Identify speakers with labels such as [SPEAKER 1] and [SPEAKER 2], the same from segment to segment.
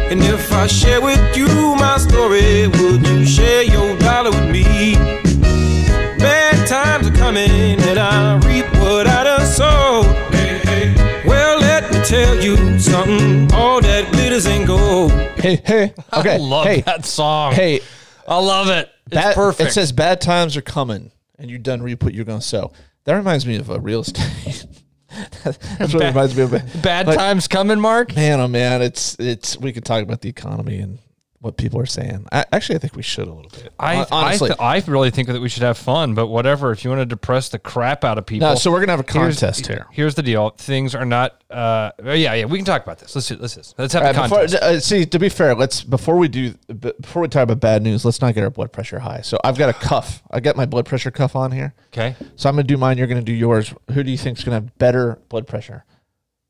[SPEAKER 1] I share with you my story, would you share your dollar with me? Bad times are coming, and I reap what I done sowed. Well, let me tell you something. All that glitters ain't gold.
[SPEAKER 2] Hey, hey. Okay.
[SPEAKER 3] I love
[SPEAKER 2] hey,
[SPEAKER 3] that song.
[SPEAKER 2] Hey,
[SPEAKER 3] I love it. It's
[SPEAKER 2] bad-
[SPEAKER 3] perfect.
[SPEAKER 2] It says bad times are coming, and you done reap what you're going to sow. That reminds me of a real estate. That's what it reminds me of.
[SPEAKER 3] bad
[SPEAKER 2] like,
[SPEAKER 3] times coming, Mark.
[SPEAKER 2] Man, oh man, it's it's. We could talk about the economy and what people are saying. I, actually, I think we should a little bit.
[SPEAKER 3] I
[SPEAKER 2] Hon- honestly,
[SPEAKER 3] I, th- I really think that we should have fun, but whatever. If you want to depress the crap out of people,
[SPEAKER 2] no. So we're gonna have a
[SPEAKER 3] here's-
[SPEAKER 2] contest here.
[SPEAKER 3] Here's the deal: things are not. Uh, yeah, yeah. We can talk about this. Let's do, let's do this. Let's have a
[SPEAKER 2] All right,
[SPEAKER 3] contest.
[SPEAKER 2] before, uh, see, to be fair, let's before we do b- before we talk about bad news, let's not get our blood pressure high. So I've got a cuff. I got my blood pressure cuff on here.
[SPEAKER 3] okay.
[SPEAKER 2] So I'm gonna do mine. You're gonna do yours. Who do you think's gonna have better blood pressure?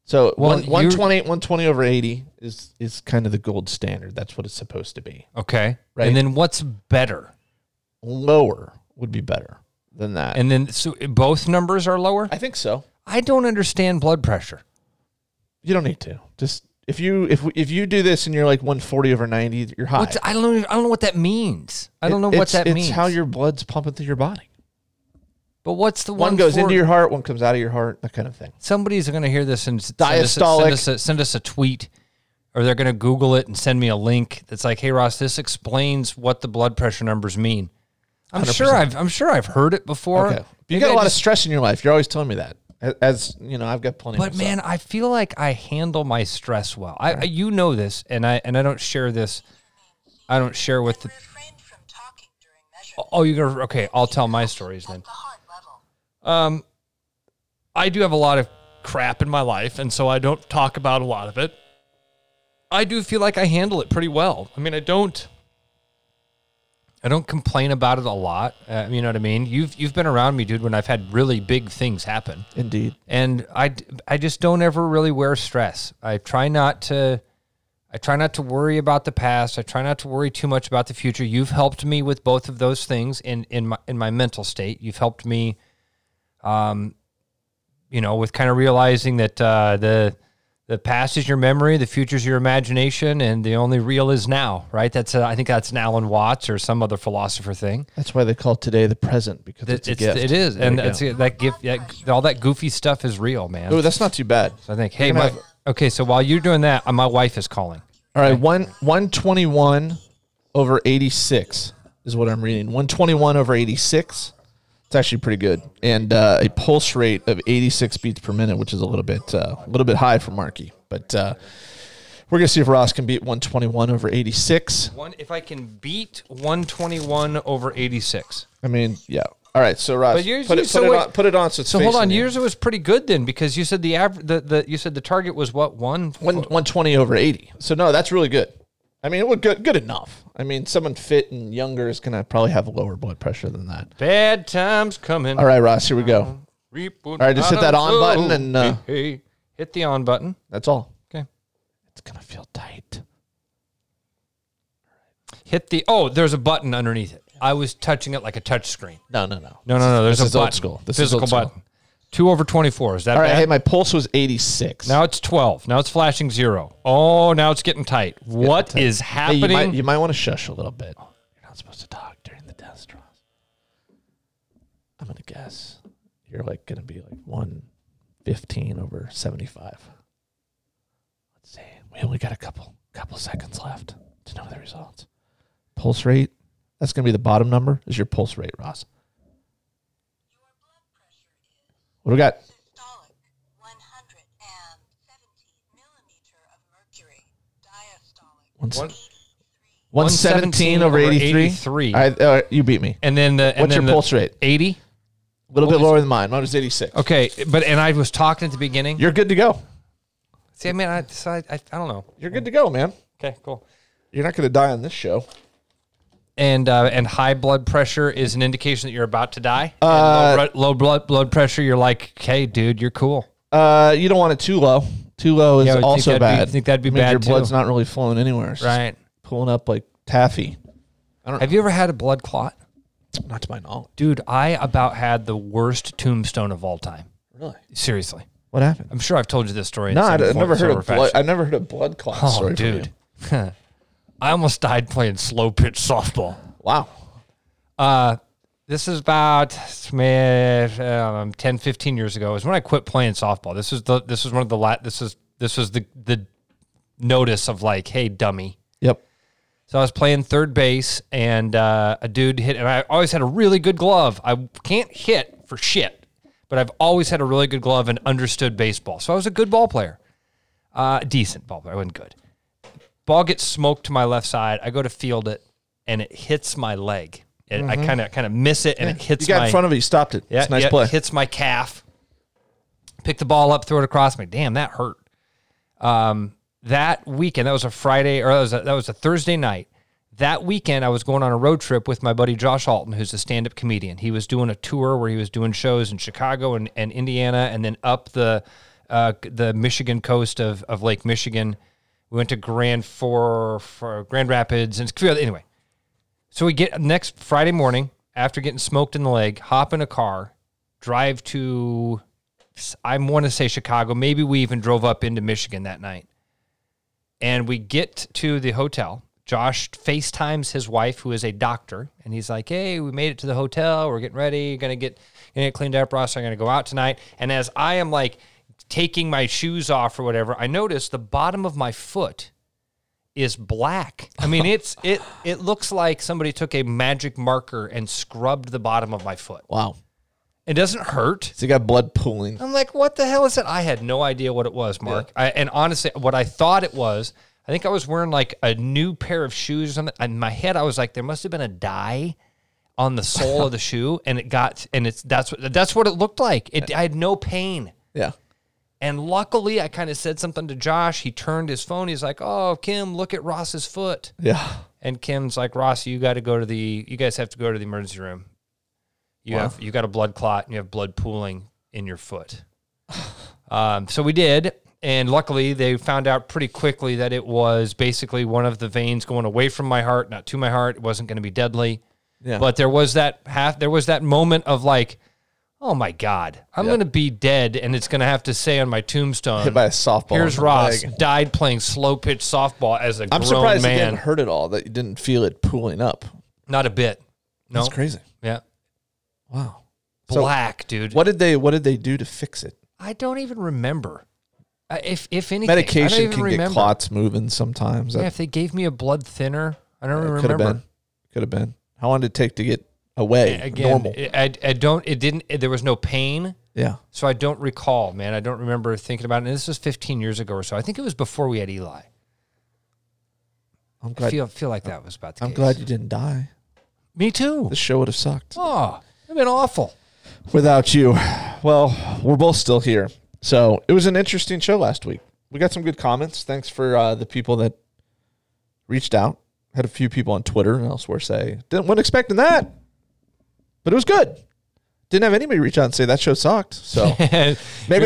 [SPEAKER 2] So one,
[SPEAKER 3] you're-
[SPEAKER 2] 120, 120 over eighty is is kind of the gold standard. That's what it's supposed to be.
[SPEAKER 3] Okay.
[SPEAKER 2] Right.
[SPEAKER 3] And then what's better?
[SPEAKER 2] Lower would be better than that.
[SPEAKER 3] And then so both numbers are lower.
[SPEAKER 2] I think so.
[SPEAKER 3] I don't understand blood pressure.
[SPEAKER 2] You don't need to. Just if you if we- if you do this and you're like 140 over 90, you're high.
[SPEAKER 3] What's, I don't. I don't know what that means. I don't know what
[SPEAKER 2] It's-
[SPEAKER 3] that
[SPEAKER 2] it's
[SPEAKER 3] means.
[SPEAKER 2] how your blood's pumping through your body.
[SPEAKER 3] But what's the
[SPEAKER 2] One
[SPEAKER 3] one
[SPEAKER 2] goes
[SPEAKER 3] for-
[SPEAKER 2] into your heart, one comes out of your heart, that kind of thing.
[SPEAKER 3] Somebody's going to hear this and s- send us, a-
[SPEAKER 2] Diastolic.
[SPEAKER 3] send, us a, send us a tweet, or they're going to Google it and send me a link that's like, "Hey Ross, this explains what the blood pressure numbers mean." I'm sure I've I'm sure I've heard it before.
[SPEAKER 2] Okay. You
[SPEAKER 3] Maybe
[SPEAKER 2] got a
[SPEAKER 3] I
[SPEAKER 2] lot
[SPEAKER 3] just-
[SPEAKER 2] of stress in your life. You're always telling me that. A- As you know, I've got plenty.
[SPEAKER 3] But
[SPEAKER 2] myself.
[SPEAKER 3] man, I feel like I handle my stress well. I, I you know this, and I and I don't share this. I don't share with the.
[SPEAKER 4] Refrain from talking during measurement
[SPEAKER 3] Oh, you're gonna okay. I'll tell my stories then.
[SPEAKER 4] at the heart level.
[SPEAKER 3] Um, I do have a lot of crap in my life, and so I don't talk about a lot of it. I do feel like I handle it pretty well. I mean, I don't, I don't complain about it a lot. Uh, you know what I mean? You've you've been around me, dude, when I've had really big things happen,
[SPEAKER 2] indeed.
[SPEAKER 3] and I d- I just don't ever really wear stress. I try not to. I try not to worry about the past. I try not to worry too much about the future. You've helped me with both of those things in in my in my mental state. You've helped me um, you know, with kind of realizing that uh, the the past is your memory, the future is your imagination, and the only real is now, right? That's a, I think that's an Alan Watts or some other philosopher thing.
[SPEAKER 2] That's why they call today the present because it's,
[SPEAKER 3] That
[SPEAKER 2] a
[SPEAKER 3] it's,
[SPEAKER 2] gift.
[SPEAKER 3] it is,
[SPEAKER 2] There
[SPEAKER 3] and
[SPEAKER 2] you go.
[SPEAKER 3] that's it, that gift, that, all that goofy stuff is real, man.
[SPEAKER 2] Oh, that's not too bad.
[SPEAKER 3] so I think, hey,
[SPEAKER 2] gonna
[SPEAKER 3] my,
[SPEAKER 2] have-
[SPEAKER 3] okay, so while you're doing that, uh, my wife is calling.
[SPEAKER 2] All right, one one twenty one over eighty six is what I'm reading. One twenty one over eighty six. It's actually pretty good, and uh, a pulse rate of eighty six beats per minute, which is a little bit uh, a little bit high for Marky. But uh, we're gonna see if Ross can beat one twenty one over eighty six.
[SPEAKER 3] One, if I can beat 121 over 86.
[SPEAKER 2] I mean, yeah. All right, so Ross,
[SPEAKER 3] But you're-
[SPEAKER 2] put,
[SPEAKER 3] you-
[SPEAKER 2] it,
[SPEAKER 3] so
[SPEAKER 2] put, it
[SPEAKER 3] wait-
[SPEAKER 2] on, put it on. So, it's
[SPEAKER 3] So hold
[SPEAKER 2] facing
[SPEAKER 3] on,
[SPEAKER 2] you.
[SPEAKER 3] yours was pretty good then because you said the average, the, the you said the target was what one
[SPEAKER 2] One, 120 over 80. So, no, that's really good. I mean, it would good, good enough. I mean, someone fit and younger is going to probably have lower blood pressure than that.
[SPEAKER 3] bad times coming.
[SPEAKER 2] All right, Ross, here we go.
[SPEAKER 3] All
[SPEAKER 2] right, just hit that on button and, uh,
[SPEAKER 3] hit the on button.
[SPEAKER 2] That's all.
[SPEAKER 3] Okay.
[SPEAKER 2] It's going to feel tight.
[SPEAKER 3] Hit the oh, there's a button underneath it. I was touching it like a touch screen.
[SPEAKER 2] No, no, no.
[SPEAKER 3] No, no, no. There's
[SPEAKER 2] this
[SPEAKER 3] a
[SPEAKER 2] is
[SPEAKER 3] button.
[SPEAKER 2] old school. This is
[SPEAKER 3] Physical
[SPEAKER 2] old school.
[SPEAKER 3] button. Two over twenty four. Is that
[SPEAKER 2] All right,
[SPEAKER 3] bad?
[SPEAKER 2] hey, my pulse was 86.
[SPEAKER 3] now it's twelve. Now it's flashing zero. Oh, now it's getting tight. What is
[SPEAKER 2] Hey,
[SPEAKER 3] happening?
[SPEAKER 2] you might, you might want to shush a little bit. You're not supposed to talk during the test, Ross. I'm going to guess you're like going to be like 115 over 75. Let's see. We only got a couple couple seconds left to know the results. Pulse rate. That's going to be the bottom number is your pulse rate, Ross. What do we got?
[SPEAKER 4] Systolic, 170 millimeter of mercury. Diastolic,
[SPEAKER 2] One,
[SPEAKER 3] One-
[SPEAKER 2] 117 over 83.
[SPEAKER 3] 83.
[SPEAKER 2] All right, all right, you beat me.
[SPEAKER 3] and then the and
[SPEAKER 2] What's
[SPEAKER 3] then
[SPEAKER 2] your
[SPEAKER 3] the
[SPEAKER 2] pulse rate?
[SPEAKER 3] Eighty.
[SPEAKER 2] A little bit lower than mine. Mine was 86.
[SPEAKER 3] Okay, but and I was talking at the beginning.
[SPEAKER 2] You're good to go.
[SPEAKER 3] See, I mean, I, so I, I I don't know.
[SPEAKER 2] You're good to go, man.
[SPEAKER 3] Okay, cool.
[SPEAKER 2] You're not going to die on this show.
[SPEAKER 3] and uh, and high blood pressure is an indication that you're about to die. And low, bro- low blood blood pressure, you're like, hey, dude, you're cool.
[SPEAKER 2] Uh, you don't want it too low. Too low is
[SPEAKER 3] Yeah, I would think
[SPEAKER 2] also
[SPEAKER 3] that'd be-
[SPEAKER 2] bad.
[SPEAKER 3] think that'd be
[SPEAKER 2] It means
[SPEAKER 3] bad,
[SPEAKER 2] Your blood's
[SPEAKER 3] too.
[SPEAKER 2] not really flowing anywhere. It's just
[SPEAKER 3] Right.
[SPEAKER 2] Pulling up like taffy.
[SPEAKER 3] Have you ever had a blood clot?
[SPEAKER 2] Not to my knowledge.
[SPEAKER 3] Dude, I about had the worst tombstone of all time.
[SPEAKER 2] Really?
[SPEAKER 3] Seriously.
[SPEAKER 2] What happened?
[SPEAKER 3] I'm sure I've told you this story. in
[SPEAKER 2] No,
[SPEAKER 3] some
[SPEAKER 2] I'd- I've
[SPEAKER 3] form-
[SPEAKER 2] never heard
[SPEAKER 3] sober
[SPEAKER 2] of blood.
[SPEAKER 3] fashion.
[SPEAKER 2] I've never heard of blood clot
[SPEAKER 3] Oh,
[SPEAKER 2] story. from you.
[SPEAKER 3] dude. Oh, I almost died playing slow pitch softball.
[SPEAKER 2] Wow.
[SPEAKER 3] Uh, this is about um, 10, 15 years ago. Is when I quit playing softball. This is the this is one of the la- this is this was the the notice of like, hey, dummy.
[SPEAKER 2] Yep.
[SPEAKER 3] So I was playing third base, and uh, a dude hit, and I always had a really good glove. I can't hit for shit, but I've always had a really good glove and understood baseball. So I was a good ball player, uh, decent ball player. I wasn't good. Ball gets smoked to my left side. I go to field it, and it hits my leg. It, I kind of kind of miss it, and it hits.
[SPEAKER 2] Mm-hmm. You got
[SPEAKER 3] my,
[SPEAKER 2] in front of it. You stopped it.
[SPEAKER 3] yeah,
[SPEAKER 2] it's a nice
[SPEAKER 3] yeah,
[SPEAKER 2] play.
[SPEAKER 3] Hits my calf. Pick the ball up, throw it across. i like, damn, that hurt. Um, that weekend, that was a Friday, or that was a, that was a Thursday night. That weekend, I was going on a road trip with my buddy Josh Alton, who's a stand-up comedian. He was doing a tour where he was doing shows in Chicago and, and Indiana, and then up the uh, the Michigan coast of, of Lake Michigan. We went to Grand for, for Grand Rapids, and it's- anyway, so we get next Friday morning after getting smoked in the leg, hop in a car, drive to, I want to say Chicago. Maybe we even drove up into Michigan that night. And we get to the hotel. Josh FaceTimes his wife, who is a doctor, and he's like, Hey, we made it to the hotel. We're getting ready. Gonna get, gonna get cleaned up. Ross, I'm gonna go out tonight. And as I am like taking my shoes off or whatever, I notice the bottom of my foot is black. I mean, it's it it looks like somebody took a magic marker and scrubbed the bottom of my foot.
[SPEAKER 2] wow.
[SPEAKER 3] It doesn't hurt.
[SPEAKER 2] So you got blood pooling.
[SPEAKER 3] I'm like, what the hell is it? I had no idea what it was, Mark. I, and honestly, what I thought it was, I think I was wearing like a new pair of shoes or something. In my head, I was like, there must have been a dye on the sole of the shoe, and it got, and it's that's what that's what it looked like. It, I had no pain.
[SPEAKER 2] Yeah.
[SPEAKER 3] And luckily, I kind of said something to Josh. He turned his phone. He's like, "Oh, Kim, look at Ross's foot."
[SPEAKER 2] Yeah.
[SPEAKER 3] And Kim's like, Ross, you got to go to the, you guys have to go to the emergency room. You have, you got a blood clot and you have blood pooling in your foot. um, so we did. And luckily, they found out pretty quickly that it was basically one of the veins going away from my heart, not to my heart. It wasn't going to be deadly.
[SPEAKER 2] Yeah.
[SPEAKER 3] But there was that half, there was that moment of like, oh my God, I'm
[SPEAKER 2] Yeah.
[SPEAKER 3] going to be dead. And it's going to have to say on my tombstone,
[SPEAKER 2] Hit by a softball.
[SPEAKER 3] here's
[SPEAKER 2] in the
[SPEAKER 3] Ross,
[SPEAKER 2] leg.
[SPEAKER 3] died playing slow pitch softball as a
[SPEAKER 2] I'm
[SPEAKER 3] grown
[SPEAKER 2] surprised it
[SPEAKER 3] man.
[SPEAKER 2] didn't hurt at all. That you didn't feel it pooling up.
[SPEAKER 3] Not a bit. No.
[SPEAKER 2] That's crazy.
[SPEAKER 3] Yeah.
[SPEAKER 2] Wow. So-
[SPEAKER 3] Black, dude.
[SPEAKER 2] What did they What did they do to fix it?
[SPEAKER 3] I don't even remember. Uh, if if anything, I don't
[SPEAKER 2] Medication
[SPEAKER 3] even
[SPEAKER 2] can
[SPEAKER 3] remember.
[SPEAKER 2] get clots uh, moving sometimes.
[SPEAKER 3] Yeah,
[SPEAKER 2] That
[SPEAKER 3] if they gave me a blood thinner, I don't even
[SPEAKER 2] could have
[SPEAKER 3] remember.
[SPEAKER 2] been. Could have been. How long did it take to get away?
[SPEAKER 3] Again,
[SPEAKER 2] normal.
[SPEAKER 3] I, I don't. It didn't. there was no pain,
[SPEAKER 2] yeah.
[SPEAKER 3] so I don't recall, man. I don't remember thinking about it. And this was 15 years ago or so. I think it was before we had Eli.
[SPEAKER 2] I'm
[SPEAKER 3] I
[SPEAKER 2] glad.
[SPEAKER 3] feel feel like that was about the
[SPEAKER 2] I'm
[SPEAKER 3] case.
[SPEAKER 2] glad you didn't die.
[SPEAKER 3] Me too.
[SPEAKER 2] This show would have sucked
[SPEAKER 3] Oh, it'd been awful.
[SPEAKER 2] without you. Well, we're both still here. So it was an interesting show last week. We got some good comments. Thanks for uh, the people that reached out. Had a few people on Twitter and elsewhere say didn't wasn't expecting that, but it was good. Didn't have anybody reach out and say that show sucked. So maybe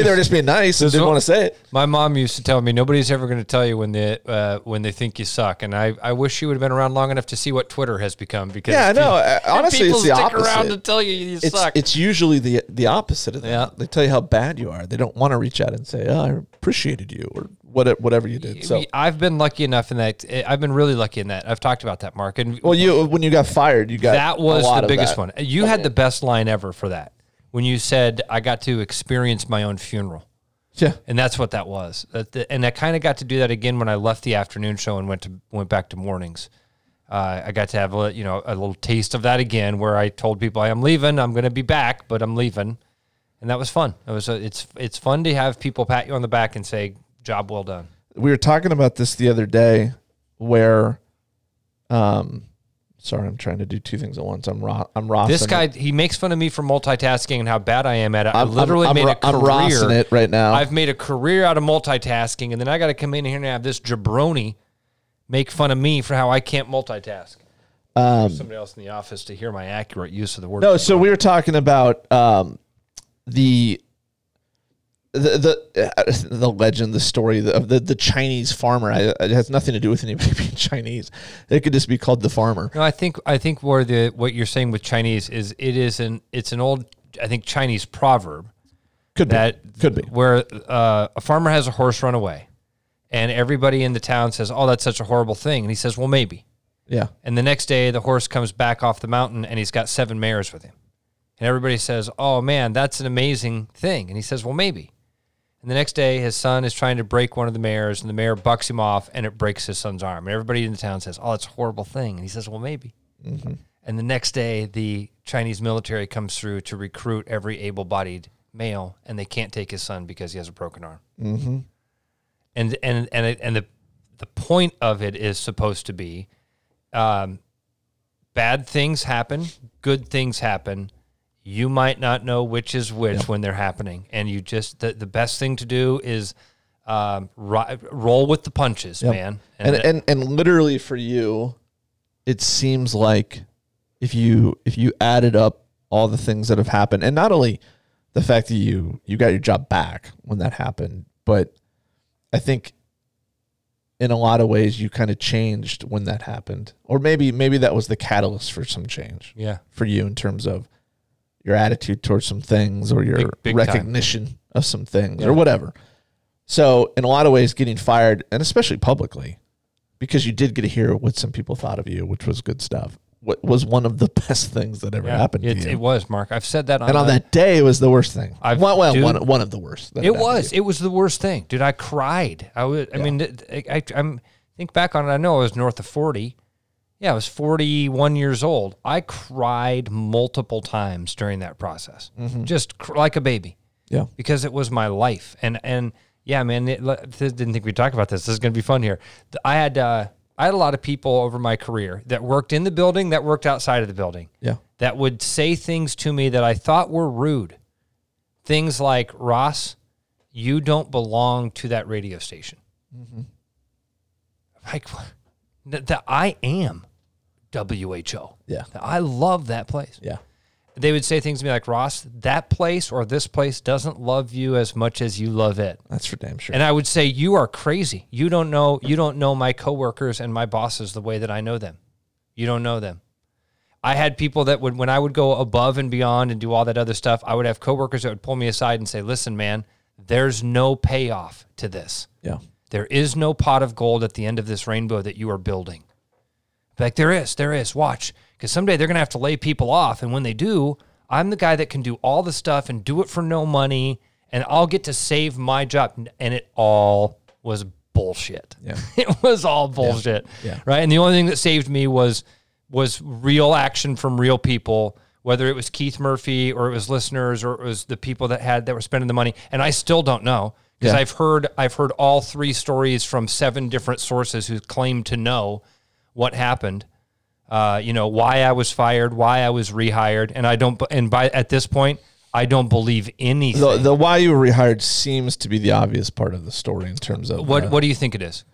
[SPEAKER 2] they were just being nice and
[SPEAKER 3] There's
[SPEAKER 2] didn't
[SPEAKER 3] one-
[SPEAKER 2] want to say it.
[SPEAKER 3] My mom used to tell me nobody's ever going to tell you when they uh, when they think you suck, and I, I wish she would have been around long enough to see what Twitter has become. Because
[SPEAKER 2] Yeah, I know.
[SPEAKER 3] peop-
[SPEAKER 2] Uh, Honestly,
[SPEAKER 3] people
[SPEAKER 2] it's the
[SPEAKER 3] stick
[SPEAKER 2] opposite.
[SPEAKER 3] around to tell you you
[SPEAKER 2] it's,
[SPEAKER 3] suck.
[SPEAKER 2] It's usually the the opposite of that.
[SPEAKER 3] Yeah.
[SPEAKER 2] They tell you how bad you are. They don't want to reach out and say, "Oh, I appreciated you" or what, whatever you did. So,
[SPEAKER 3] I've been lucky enough in that. eh, I've been really lucky in that. I've talked about that, Mark, and
[SPEAKER 2] well, you when you got fired, you got
[SPEAKER 3] that was
[SPEAKER 2] a lot
[SPEAKER 3] the
[SPEAKER 2] of
[SPEAKER 3] biggest
[SPEAKER 2] that.
[SPEAKER 3] one. You had the best line ever for that when you said, "I got to experience my own funeral."
[SPEAKER 2] Yeah,
[SPEAKER 3] and that's what that was. That- that- And I kind of got to do that again when I left the afternoon show and went to went back to mornings. Uh, I got to have a you know a little taste of that again, where I told people I am leaving, I'm going to be back, but I'm leaving, and that was fun. It was a, it's it's fun to have people pat you on the back and say job well done.
[SPEAKER 2] we were talking about this the other day, where, um, sorry, I'm trying to do two things at once. I'm ro- I'm Ross.
[SPEAKER 3] This guy he makes fun of me for multitasking and how bad I am at it. i
[SPEAKER 2] I'm-
[SPEAKER 3] literally
[SPEAKER 2] I'm- I'm
[SPEAKER 3] made
[SPEAKER 2] ro-
[SPEAKER 3] a
[SPEAKER 2] I'm
[SPEAKER 3] career.
[SPEAKER 2] rossing it right now.
[SPEAKER 3] I've made a career out of multitasking, and then I got to come in here and have this jabroni make fun of me for how I can't multitask.
[SPEAKER 2] Um,
[SPEAKER 3] somebody else in the office to hear my accurate use of the word.
[SPEAKER 2] No, so we were talking about um, the the the, uh, the legend, the story of the, the Chinese farmer. I, it has nothing to do with anybody being Chinese. It could just be called the farmer.
[SPEAKER 3] No, I think I think where the what you're saying with Chinese is it is an it's an old I think Chinese proverb
[SPEAKER 2] Could
[SPEAKER 3] that
[SPEAKER 2] be. Could be.
[SPEAKER 3] where uh, a farmer has a horse run away, And everybody in the town says, Oh, that's such a horrible thing. And he says, Well, maybe.
[SPEAKER 2] Yeah.
[SPEAKER 3] And the next day, the horse comes back off the mountain and he's got seven mares with him. And everybody says, Oh man, that's an amazing thing. And he says, Well, maybe. And the next day, his son is trying to break one of the mares, and the mare bucks him off and it breaks his son's arm. And everybody in the town says, Oh, that's a horrible thing. And he says, Well, maybe. And the next day, the Chinese military comes through to recruit every able bodied male, and they can't take his son because he has a broken arm
[SPEAKER 2] Mm-hmm.
[SPEAKER 3] and and and it, and the the point of it is supposed to be um, bad things happen, good things happen. You might not know which is which when they're happening, and you just the, the best thing to do is um, ri- roll with the punches, man.
[SPEAKER 2] and
[SPEAKER 3] that-
[SPEAKER 2] and and literally for you it seems like if you if you added up all the things that have happened and not only the fact that you you got your job back when that happened but i think in a lot of ways you kind of changed when that happened or maybe maybe that was the catalyst for some change
[SPEAKER 3] yeah,
[SPEAKER 2] for you in terms of your attitude towards some things or your
[SPEAKER 3] Big- big time.
[SPEAKER 2] recognition of some things or whatever. So, in a lot of ways, getting fired, and especially publicly, because you did get to hear what some people thought of you, which was good stuff, what was one of the best things that ever
[SPEAKER 3] yeah.
[SPEAKER 2] happened
[SPEAKER 3] It,
[SPEAKER 2] to you.
[SPEAKER 3] it was Mark. I've said that on
[SPEAKER 2] and on
[SPEAKER 3] the-
[SPEAKER 2] that day, it was the worst thing.
[SPEAKER 3] I've-
[SPEAKER 2] well, well,
[SPEAKER 3] dude.
[SPEAKER 2] one, one of the worst. that
[SPEAKER 3] It
[SPEAKER 2] happened to
[SPEAKER 3] was.
[SPEAKER 2] you.
[SPEAKER 3] It was the worst thing, dude. I cried. I was. I mean, th- I, I, I'm think back on it. I know I was north of forty. Yeah, I was forty-one years old. I cried multiple times during that process, just cr- like a baby,
[SPEAKER 2] Yeah.
[SPEAKER 3] because it was my life. And and yeah, man, it, le- th- didn't think we'd talk about this. This is gonna be fun here. Th- I had uh, I had a lot of people over my career that worked in the building, that worked outside of the building
[SPEAKER 2] Yeah.
[SPEAKER 3] that would say things to me that I thought were rude. Things like, Ross, you don't belong to that radio station. Like, what? That, that I am WHO.
[SPEAKER 2] Yeah.
[SPEAKER 3] That I love that place.
[SPEAKER 2] Yeah.
[SPEAKER 3] They would say things to me like, Ross, that place or this place doesn't love you as much as you love it.
[SPEAKER 2] That's for damn sure.
[SPEAKER 3] And I would say, you are crazy. You don't know. You don't know my coworkers and my bosses the way that I know them. You don't know them. I had people that would, when I would go above and beyond and do all that other stuff, I would have coworkers that would pull me aside and say, "Listen, man, there's no payoff to this.
[SPEAKER 2] yeah.
[SPEAKER 3] There is no pot of gold at the end of this rainbow that you are building." Like there is, there is. Watch, because someday they're gonna have to lay people off, and when they do, I'm the guy that can do all the stuff and do it for no money, and I'll get to save my job. And it all was bullshit.
[SPEAKER 2] Yeah.
[SPEAKER 3] it was all bullshit.
[SPEAKER 2] Yeah.
[SPEAKER 3] Right. And the only thing that saved me was was real action from real people. Whether it was Keith Murphy or it was listeners or it was the people that had that were spending the money, and I still don't know because
[SPEAKER 2] Yeah.
[SPEAKER 3] I've heard I've heard all three stories from seven different sources who claim to know what happened uh, you know why I was fired, why I was rehired, and I don't. b- And by at this point, I don't believe anything.
[SPEAKER 2] The, the why you were rehired seems to be the obvious part of the story in terms of
[SPEAKER 3] what
[SPEAKER 2] uh,
[SPEAKER 3] What do you think it is?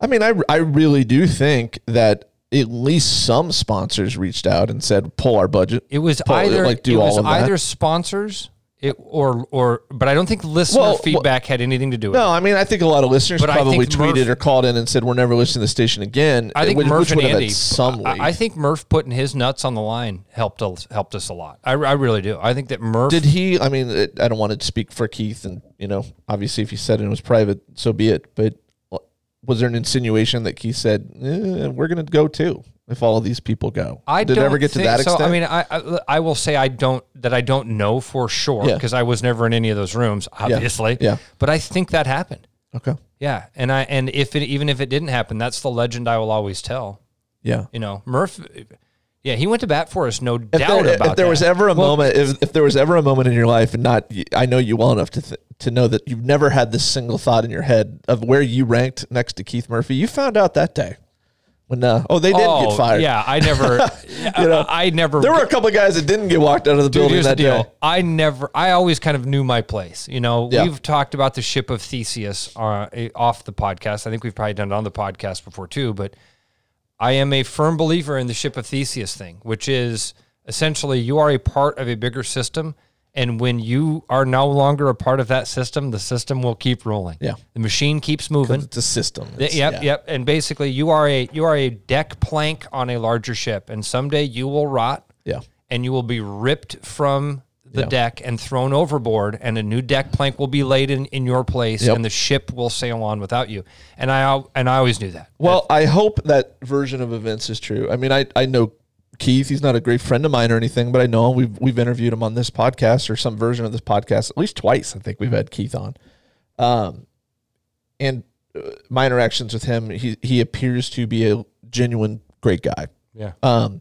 [SPEAKER 2] I mean, I, I really do think that at least some sponsors reached out and said, pull our budget.
[SPEAKER 3] It was
[SPEAKER 2] Pull-
[SPEAKER 3] either
[SPEAKER 2] like, do
[SPEAKER 3] it
[SPEAKER 2] all
[SPEAKER 3] was
[SPEAKER 2] of that.
[SPEAKER 3] either sponsors it, or or but I don't think listener
[SPEAKER 2] Well, well-
[SPEAKER 3] feedback had anything to do with
[SPEAKER 2] No,
[SPEAKER 3] it.
[SPEAKER 2] I mean, I think a lot of listeners
[SPEAKER 3] But I
[SPEAKER 2] probably
[SPEAKER 3] think Murph-
[SPEAKER 2] tweeted or called in and said, we're never listening to the station again.
[SPEAKER 3] I think
[SPEAKER 2] which-
[SPEAKER 3] Murph
[SPEAKER 2] which
[SPEAKER 3] and
[SPEAKER 2] would have had
[SPEAKER 3] Andy.
[SPEAKER 2] Some
[SPEAKER 3] I, I
[SPEAKER 2] weight.
[SPEAKER 3] think Murph putting his nuts on the line helped us helped us a lot. I, I really do. I think that Murph
[SPEAKER 2] Did he? I mean, it, I don't want to speak for Keith, and you know, obviously, if he said it was private, so be it. But was there an insinuation that Keith said, eh, "We're going to go too"? If all of these people go,
[SPEAKER 3] I
[SPEAKER 2] did it
[SPEAKER 3] don't
[SPEAKER 2] ever get to
[SPEAKER 3] think-
[SPEAKER 2] that extent?
[SPEAKER 3] So, I mean, I, I I will say I don't that I don't know for sure
[SPEAKER 2] Yeah.
[SPEAKER 3] because I was never in any of those rooms, obviously.
[SPEAKER 2] Yeah.
[SPEAKER 3] But I think that happened.
[SPEAKER 2] okay,
[SPEAKER 3] Yeah, and I and if it even if it didn't happen, that's the legend I will always tell.
[SPEAKER 2] yeah.
[SPEAKER 3] You know, Murph. Yeah, he went to bat for us, no
[SPEAKER 2] if
[SPEAKER 3] doubt
[SPEAKER 2] there,
[SPEAKER 3] about
[SPEAKER 2] if there was
[SPEAKER 3] that.
[SPEAKER 2] ever a moment if, if there was ever a moment in your life and not i know you well enough to th- to know that you've never had this single thought in your head of where you ranked next to keith murphy you found out that day when uh, oh they did
[SPEAKER 3] oh,
[SPEAKER 2] get fired
[SPEAKER 3] Yeah, I never.
[SPEAKER 2] You know,
[SPEAKER 3] I, I never.
[SPEAKER 2] there were a couple of guys that didn't get walked out of the
[SPEAKER 3] Dude,
[SPEAKER 2] building
[SPEAKER 3] here's the
[SPEAKER 2] that
[SPEAKER 3] deal.
[SPEAKER 2] day
[SPEAKER 3] I never. I always kind of knew my place. You know,
[SPEAKER 2] Yeah.
[SPEAKER 3] we've talked about the ship of Theseus uh, eh, off the podcast. I think we've probably done it on the podcast before too. But I am a firm believer in the ship of Theseus thing, which is essentially you are a part of a bigger system. And when you are no longer a part of that system, the system will keep rolling.
[SPEAKER 2] Yeah.
[SPEAKER 3] The machine keeps moving.
[SPEAKER 2] it's a system
[SPEAKER 3] Th-
[SPEAKER 2] It's-
[SPEAKER 3] yep,
[SPEAKER 2] yeah.
[SPEAKER 3] yep. And basically, you are a you are a deck plank on a larger ship, and someday you will rot,
[SPEAKER 2] yeah
[SPEAKER 3] and you will be ripped from the
[SPEAKER 2] Yeah.
[SPEAKER 3] deck and thrown overboard, and a new deck plank will be laid in, in your place,
[SPEAKER 2] Yep.
[SPEAKER 3] and the ship will sail on without you. And I al- and I always knew that.
[SPEAKER 2] Well, I hope that version of events is true. I mean, I, I know Keith. He's not a great friend of mine or anything, but I know him. We've we've interviewed him on this podcast or some version of this podcast at least twice. I think we've had Keith on. Um, and uh, my interactions with him, he he appears to be a genuine great guy.
[SPEAKER 3] Yeah.
[SPEAKER 2] Um,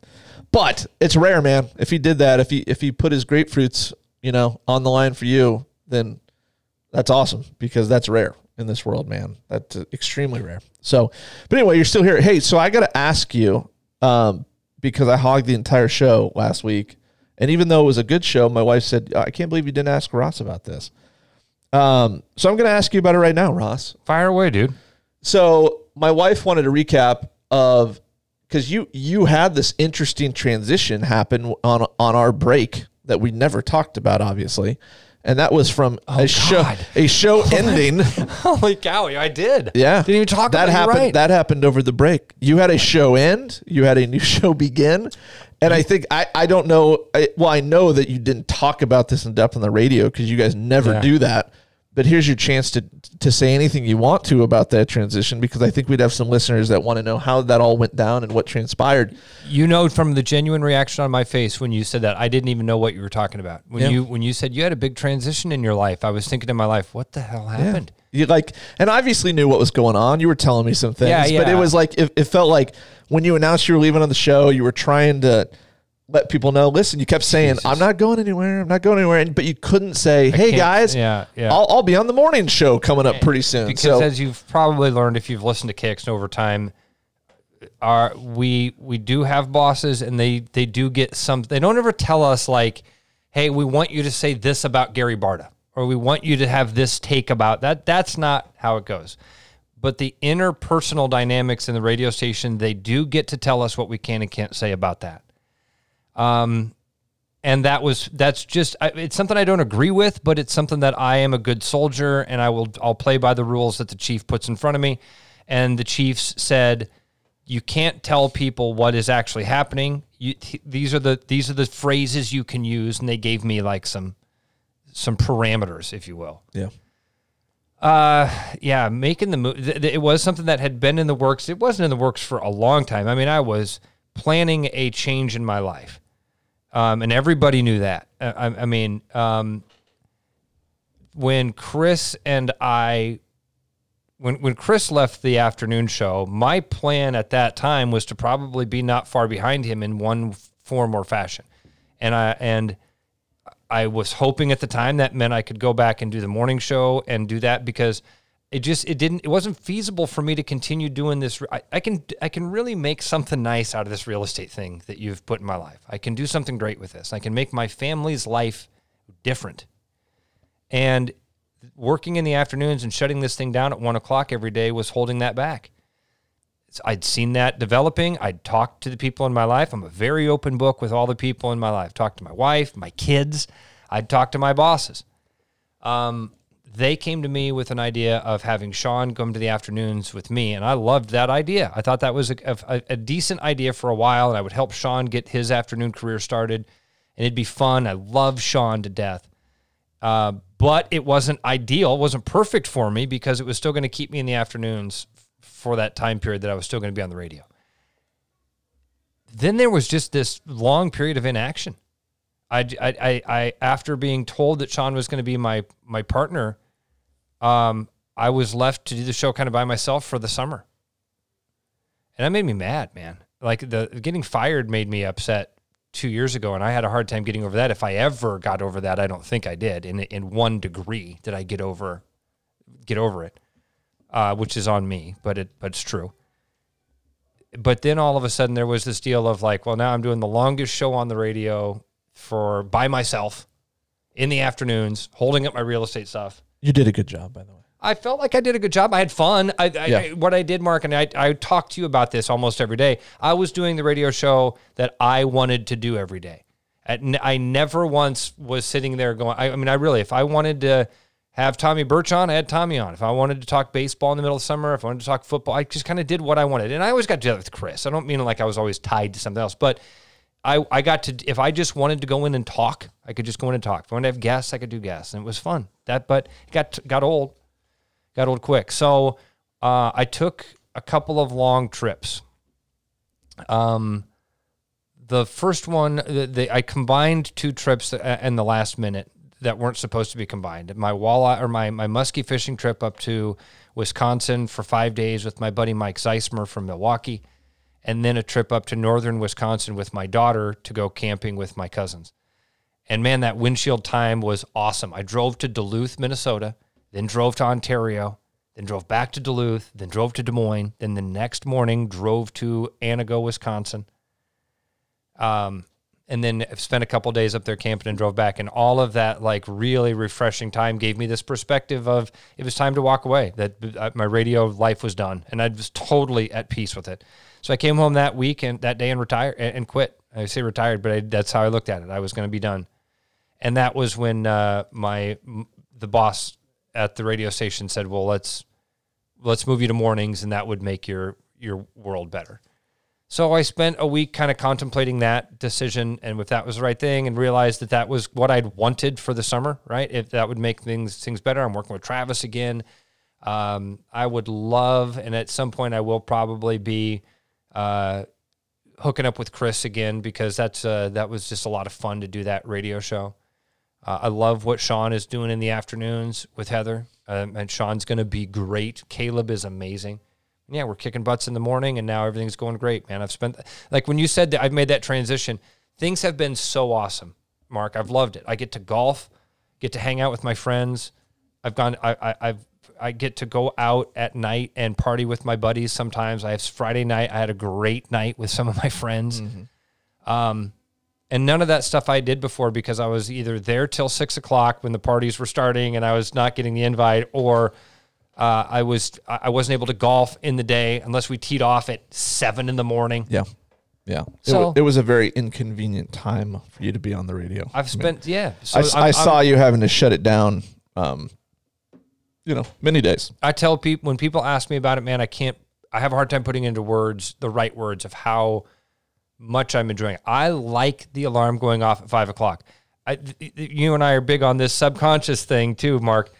[SPEAKER 2] but it's rare, man. If he did that, if he if he put his grapefruits, you know, on the line for you, then that's awesome because that's rare in this world, man. That's uh, extremely rare. So, but anyway, you're still here. Hey, so I got to ask you um, because I hogged the entire show last week, and even though it was a good show, my wife said, "I can't believe you didn't ask Ross about this." Um, so I'm going to ask you about it right now, Ross.
[SPEAKER 3] Fire away, dude.
[SPEAKER 2] So my wife wanted a recap of because you you had this interesting transition happen on on our break that we never talked about, obviously, and that was from a show
[SPEAKER 3] God.
[SPEAKER 2] a show ending.
[SPEAKER 3] Holy cow, I did.
[SPEAKER 2] Yeah,
[SPEAKER 3] Didn't even talk
[SPEAKER 2] that
[SPEAKER 3] about it. You're
[SPEAKER 2] happened.
[SPEAKER 3] right.
[SPEAKER 2] That happened over the break. You had a show end. You had a new show begin, and I think I I don't know. I, well, I know that you didn't talk about this in depth on the radio because you guys never
[SPEAKER 3] Yeah.
[SPEAKER 2] do that. But here's your chance to to say anything you want to about that transition because I think we'd have some listeners that want to know how that all went down and what transpired.
[SPEAKER 3] You know from the genuine reaction on my face when you said that, I didn't even know what you were talking about. When
[SPEAKER 2] Yeah.
[SPEAKER 3] you when you said you had a big transition in your life, I was thinking in my life, what the hell happened?
[SPEAKER 2] You like, and I obviously knew what was going on. You were telling me some things,
[SPEAKER 3] Yeah,
[SPEAKER 2] but it
[SPEAKER 3] yeah.
[SPEAKER 2] was like it, it felt like when you announced you were leaving on the show, you were trying to let people know. Listen, you kept saying, "I'm not going anywhere. I'm not going anywhere," and, but you couldn't say, "Hey
[SPEAKER 3] can't-
[SPEAKER 2] guys,
[SPEAKER 3] yeah, yeah.
[SPEAKER 2] I'll, I'll be on the morning show coming up pretty soon."
[SPEAKER 3] Because
[SPEAKER 2] so
[SPEAKER 3] as you've probably learned if you've listened to Kicks over time, are we we do have bosses and they they do get some they don't ever tell us like, hey, we want you to say this about Gary Barta or we want you to have this take about that. That's not how it goes. But the interpersonal dynamics in the radio station, they do get to tell us what we can and can't say about that. and that was that's just I- it's something I don't agree with, but it's something that I am a good soldier and I will I'll play by the rules that the chief puts in front of me. And the chiefs said, "You can't tell people what is actually happening. You, th- these are the these are the phrases you can use." And they gave me like some some parameters, if you will.
[SPEAKER 2] yeah,
[SPEAKER 3] Uh, yeah, making the move. Th- th- it was something that had been in the works. It wasn't in the works for a long time. I mean, I was planning a change in my life, um, and everybody knew that. Uh, I, I, I mean, um, when Chris and I, when when Chris left the afternoon show, my plan at that time was to probably be not far behind him in one form or fashion, and I and. I was hoping at the time that meant I could go back and do the morning show and do that because it just it didn't it wasn't feasible for me to continue doing this. I, I can I can really make something nice out of this real estate thing that you've put in my life. I can do something great with this. I can make my family's life different. And working in the afternoons and shutting this thing down at one o'clock every day was holding that back. So I'd seen that developing. I'd talked to the people in my life. I'm a very open book with all the people in my life. Talked to my wife, my kids. I'd talk to my bosses. Um, they came to me with an idea of having Sean come to the afternoons with me, and I loved that idea. I thought that was a, a, a decent idea for a while, and I would help Sean get his afternoon career started, and it'd be fun. I love Sean to death. Uh, but it wasn't ideal. It wasn't perfect for me because it was still going to keep me in the afternoons f- for that time period that I was still going to be on the radio. Then there was just this long period of inaction. I, I, I, I after being told that Sean was going to be my my partner, um, I was left to do the show kind of by myself for the summer, and that made me mad, man. Like the getting fired made me upset two years ago, and I had a hard time getting over that. If I ever got over that, I don't think I did. In in one degree, did I get over get over it, uh, which is on me, but it but it's true. But then all of a sudden, there was this deal of like, well, now I'm doing the longest show on the radio for by myself in the afternoons, holding up my real estate stuff.
[SPEAKER 2] you did a good job, by the way.
[SPEAKER 3] I felt like I did a good job. I had fun. I, I,
[SPEAKER 2] Yeah.
[SPEAKER 3] I- what I did, Mark, and I, I talked to you about this almost every day. I was doing the radio show that I wanted to do every day. At n- I never once was sitting there going. I, I mean, I really, if I wanted to have Tommy Birch on, I had Tommy on. If I wanted to talk baseball in the middle of summer, if I wanted to talk football, I just kind of did what I wanted. And I always got to do that with Chris. I don't mean like I was always tied to something else, but I, I got to if I just wanted to go in and talk, I could just go in and talk. If I wanted to have guests, I could do guests, and it was fun. That but it got got old, got old quick. So uh, I took a couple of long trips. Um, the first one, the, the, I combined two trips a- and the last minute that weren't supposed to be combined. My walleye or my my muskie fishing trip up to Wisconsin for five days with my buddy Mike Zeismer from Milwaukee, and then a trip up to northern Wisconsin with my daughter to go camping with my cousins. And man, that windshield time was awesome. I drove to Duluth, Minnesota, then drove to Ontario, then drove back to Duluth, then drove to Des Moines, then the next morning drove to Anago, Wisconsin. Um, and then spent a couple days up there camping and drove back. And all of that, like, really refreshing time gave me this perspective of it was time to walk away, that uh, my radio life was done. And I was totally at peace with it. So I came home that week and that day and retired and, and quit. I say retired, but I, that's how I looked at it. I was going to be done and that was when uh, my m- the boss at the radio station said, "Well, let's let's move you to mornings, and that would make your your world better." So I spent a week kind of contemplating that decision and if that was the right thing, and realized that that was what I'd wanted for the summer. Right, if that would make things things better. I'm working with Travis again. Um, I would love, and at some point, I will probably be. Uh, hooking up with Chris again because that's uh, that was just a lot of fun to do that radio show. Uh, I love what Sean is doing in the afternoons with Heather, um, and Sean's going to be great. Caleb is amazing. And yeah, we're kicking butts in the morning, and now everything's going great, man. I've spent like when you said that I've made that transition. Things have been so awesome, Mark. I've loved it. I get to golf, get to hang out with my friends. I've gone. I, I I've I get to go out at night and party with my buddies. Sometimes I have Friday night. I had a great night with some of my friends. Um, and none of that stuff I did before because I was either there till six o'clock when the parties were starting and I was not getting the invite, or uh, I was I I wasn't able to golf in the day unless we teed off at seven in the morning.
[SPEAKER 2] Yeah. Yeah. it,
[SPEAKER 3] So-
[SPEAKER 2] wa- it was a very inconvenient time for you to be on the radio.
[SPEAKER 3] I've
[SPEAKER 2] I mean,
[SPEAKER 3] spent yeah. So
[SPEAKER 2] I, s-
[SPEAKER 3] I'm-
[SPEAKER 2] I
[SPEAKER 3] I'm-
[SPEAKER 2] saw you having to shut it down. Um, you know, many days.
[SPEAKER 3] I tell people when people ask me about it, man, I can't. I have a hard time putting into words the right words of how much I'm enjoying. it. I like the alarm going off at five o'clock. I, th- th- you and I are big on this subconscious thing too, Mark.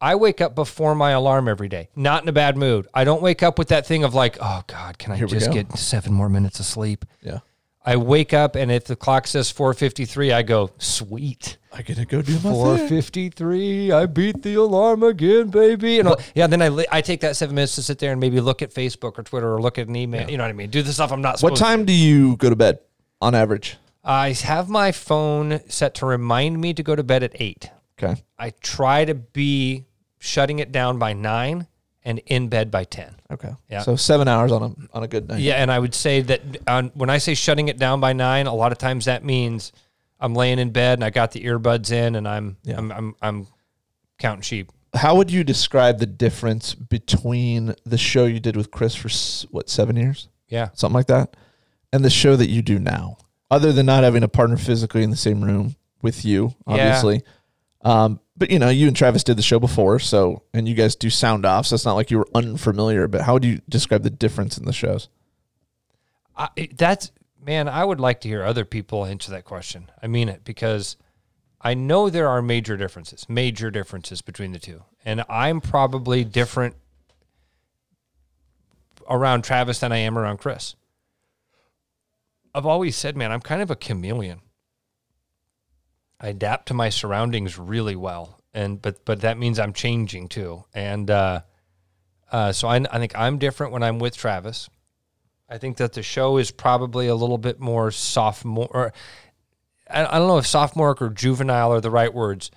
[SPEAKER 3] I wake up before my alarm every day, not in a bad mood. I don't wake up with that thing of like, oh God, can I
[SPEAKER 2] Here we
[SPEAKER 3] just
[SPEAKER 2] go.
[SPEAKER 3] get seven more minutes of sleep?
[SPEAKER 2] Yeah.
[SPEAKER 3] I wake up and if the clock says 4:53, I go, sweet.
[SPEAKER 2] I gotta go do my
[SPEAKER 3] Four
[SPEAKER 2] thing.
[SPEAKER 3] fifty three. I beat the alarm again, baby. And I'll- yeah, then I li- I take that seven minutes to sit there and maybe look at Facebook or Twitter or look at an email. You know what I mean? Do the stuff I'm not.
[SPEAKER 2] What
[SPEAKER 3] Supposed
[SPEAKER 2] time do you go to bed on average?
[SPEAKER 3] To. I have my phone set to remind me to go to bed at eight.
[SPEAKER 2] Okay.
[SPEAKER 3] I try to be shutting it down by nine and in bed by ten.
[SPEAKER 2] Okay.
[SPEAKER 3] Yeah.
[SPEAKER 2] So seven hours on a on a good night.
[SPEAKER 3] Yeah, and I would say that on, when I say shutting it down by nine, a lot of times that means I'm laying in bed and I got the earbuds in and I'm
[SPEAKER 2] Yeah.
[SPEAKER 3] I'm, I'm I'm counting sheep.
[SPEAKER 2] How would you describe the difference between the show you did with Chris for s- what seven years,
[SPEAKER 3] Yeah.
[SPEAKER 2] something like that, and the show that you do now? Other than not having a partner physically in the same room with you, obviously. Um, but you know, you and Travis did the show before, so and you guys do sound offs. That's not like you were unfamiliar. But how would you describe the difference in the shows?
[SPEAKER 3] I, it- that's man i would like to hear other people answer that question i mean it because i know there are major differences major differences between the two and i'm probably different around travis than i am around chris i've always said man i'm kind of a chameleon i adapt to my surroundings really well and but but that means i'm changing too and uh uh, so I, I think I'm different when I'm with Travis. I think that the show is probably a little bit more sophomore. Or, I, I don't know if sophomoric or juvenile are the right words.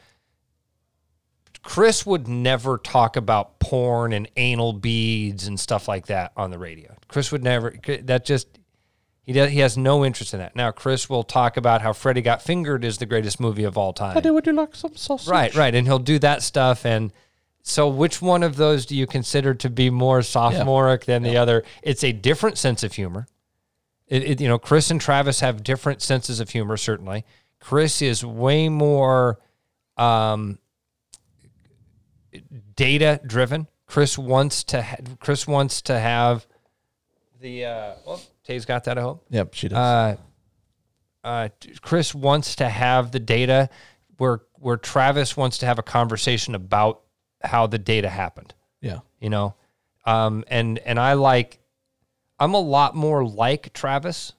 [SPEAKER 3] Chris would never talk about porn and anal beads and stuff like that on the radio. Chris would never. That just he does. He has no interest in that. Now Chris will talk about how Freddy Got Fingered is the greatest movie of all time.
[SPEAKER 2] Would you like some sausage?
[SPEAKER 3] Right, right. And he'll do that stuff. And so, which one of those do you consider to be more sophomoric than the other? It's a different sense of humor. It, it, you know, Chris and Travis have different senses of humor, certainly. Chris is way more um, data driven. Chris wants to. Ha- Chris wants to have the. Uh, well, Tay's oh, got that. I hope.
[SPEAKER 2] Yep, she does.
[SPEAKER 3] Uh, uh, t- Chris wants to have the data where where Travis wants to have a conversation about how the data happened.
[SPEAKER 2] Yeah.
[SPEAKER 3] You know, um, and and I like I'm a lot more like Travis,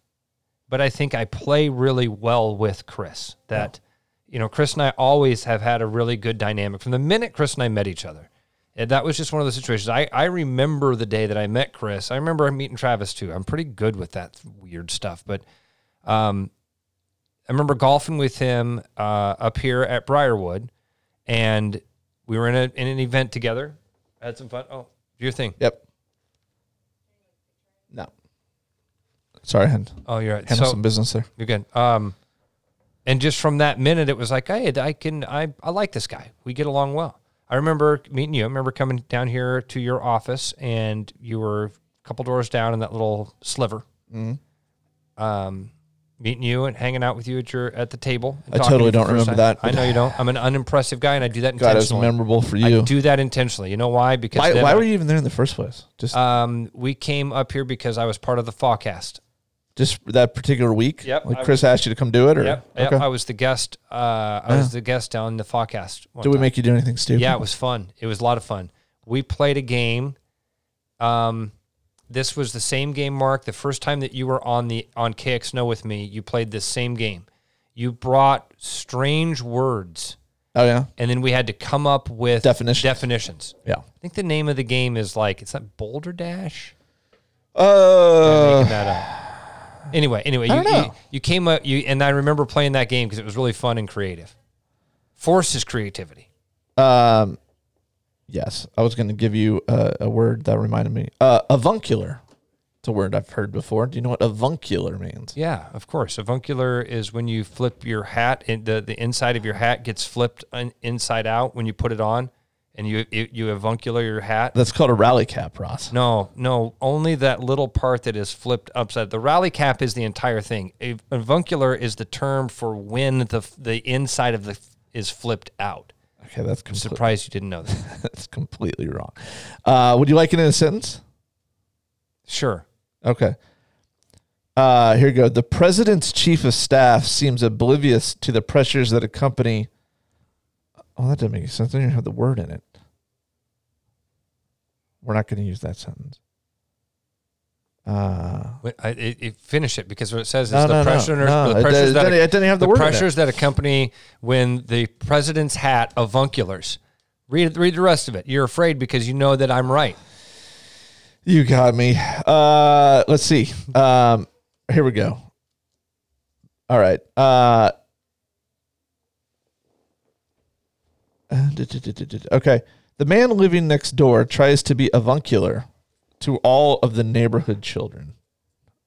[SPEAKER 3] but I think I play really well with Chris. That you know, Chris and I always have had a really good dynamic from the minute Chris and I met each other. And that was just one of those situations. I, I remember the day that I met Chris. I remember meeting Travis too. I'm pretty good with that weird stuff, but um, I remember golfing with him uh, up here at Briarwood, and we were in a in an event together. Had some fun. Oh, do your thing.
[SPEAKER 2] Yep. No. Sorry, I had-
[SPEAKER 3] Oh, you're right.
[SPEAKER 2] handle
[SPEAKER 3] So-
[SPEAKER 2] some business there.
[SPEAKER 3] You're good. Um, and just from that minute, it was like, hey, I can, I, I like this guy. We get along well. I remember meeting you. I remember coming down here to your office, and you were a couple doors down in that little sliver.
[SPEAKER 2] Mm-hmm.
[SPEAKER 3] Um, meeting you and hanging out with you at your at the table. and
[SPEAKER 2] I
[SPEAKER 3] talking
[SPEAKER 2] totally
[SPEAKER 3] to you
[SPEAKER 2] don't
[SPEAKER 3] for a
[SPEAKER 2] remember
[SPEAKER 3] second.
[SPEAKER 2] that,
[SPEAKER 3] I
[SPEAKER 2] but-
[SPEAKER 3] know you don't. I'm an unimpressive guy, and I do that
[SPEAKER 2] God, it was
[SPEAKER 3] intentionally.
[SPEAKER 2] memorable for you.
[SPEAKER 3] I do that intentionally. You know why? Because
[SPEAKER 2] Why,
[SPEAKER 3] then
[SPEAKER 2] why
[SPEAKER 3] I-
[SPEAKER 2] were you even there in the first place? Just
[SPEAKER 3] Um, we came up here because I was part of the Fawcast.
[SPEAKER 2] just that particular week?
[SPEAKER 3] Yep,
[SPEAKER 2] Like
[SPEAKER 3] I-
[SPEAKER 2] Chris asked you to come do it, or
[SPEAKER 3] Yep. yep.
[SPEAKER 2] Okay.
[SPEAKER 3] I was the guest. Uh, I was the guest on the Fawcast. one
[SPEAKER 2] Did we
[SPEAKER 3] time.
[SPEAKER 2] make you do anything stupid?
[SPEAKER 3] Yeah, it was fun. It was a lot of fun. We played a game. Um, this was the same game, Mark. The first time that you were on the on KXNO with me, you played this same game. You brought strange words,
[SPEAKER 2] Oh yeah.
[SPEAKER 3] and then we had to come up with
[SPEAKER 2] Definitions.
[SPEAKER 3] Definitions.
[SPEAKER 2] Yeah.
[SPEAKER 3] I think the name of the game is like it's not Boulder Dash.
[SPEAKER 2] Uh,
[SPEAKER 3] making that up. Anyway, anyway,
[SPEAKER 2] I
[SPEAKER 3] you,
[SPEAKER 2] don't know.
[SPEAKER 3] you you came up you and I remember playing that game because it was really fun and creative. Forces creativity.
[SPEAKER 2] um, yes, I was going to give you a, a word that reminded me. Uh, avuncular. It's a word I've heard before. Do you know what avuncular means?
[SPEAKER 3] Yeah, of course. Avuncular is when you flip your hat and the, the inside of your hat gets flipped on, inside out when you put it on, and you you, you avuncular your hat.
[SPEAKER 2] That's called a rally cap, Ross.
[SPEAKER 3] No, no, only that little part that is flipped upside. The rally cap is the entire thing. A- Avuncular is the term for when the f- the inside of the f- is flipped out.
[SPEAKER 2] Okay, that's
[SPEAKER 3] I'm
[SPEAKER 2] completely
[SPEAKER 3] surprised you didn't know that.
[SPEAKER 2] that's completely wrong. Uh, would you like it in a sentence?
[SPEAKER 3] Sure.
[SPEAKER 2] Okay. Uh, here we go. The president's chief of staff seems oblivious to the pressures that accompany. Oh, that doesn't make any sense. I don't even have the word in it. We're not going to use that sentence. Uh,
[SPEAKER 3] Wait, I, it, it- finish it because what it says is
[SPEAKER 2] No,
[SPEAKER 3] the
[SPEAKER 2] no, no,
[SPEAKER 3] pressure
[SPEAKER 2] no,
[SPEAKER 3] the
[SPEAKER 2] it
[SPEAKER 3] pressures
[SPEAKER 2] doesn't-
[SPEAKER 3] that
[SPEAKER 2] it doesn't have the word in it.
[SPEAKER 3] pressures that accompany when the president's hat avunculars. Read read the rest of it. You're afraid because you know that I'm right.
[SPEAKER 2] you got me. Uh, let's see. Um, here we go. All right. Uh, Uh, duh, duh, duh, duh, duh, duh. Okay. The man living next door tries to be avuncular to all of the neighborhood children.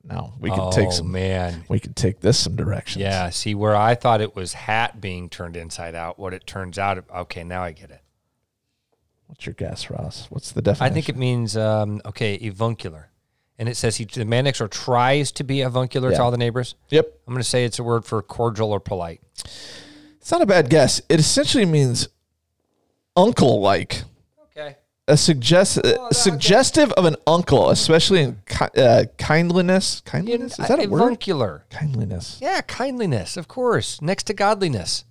[SPEAKER 2] Now we could
[SPEAKER 3] oh
[SPEAKER 2] take some.
[SPEAKER 3] man.
[SPEAKER 2] We could take this some directions.
[SPEAKER 3] Yeah, see where I thought it was hat being turned inside out, what it turns out okay, now I get it.
[SPEAKER 2] What's your guess, Ross? What's the
[SPEAKER 3] I
[SPEAKER 2] definition?
[SPEAKER 3] think it means um, okay, avuncular. And it says he the man next door tries to be avuncular
[SPEAKER 2] Yeah.
[SPEAKER 3] to all the neighbors.
[SPEAKER 2] Yep.
[SPEAKER 3] I'm gonna say it's a word for cordial or polite.
[SPEAKER 2] It's not a bad guess. It essentially means uncle-like.
[SPEAKER 3] Okay.
[SPEAKER 2] A
[SPEAKER 3] Oh,
[SPEAKER 2] suggest suggestive of an uncle, especially in ki- uh, kindliness. Kindliness is that
[SPEAKER 3] uh,
[SPEAKER 2] a word?
[SPEAKER 3] avuncular.
[SPEAKER 2] Kindliness.
[SPEAKER 3] Yeah, kindliness, of course, next to godliness.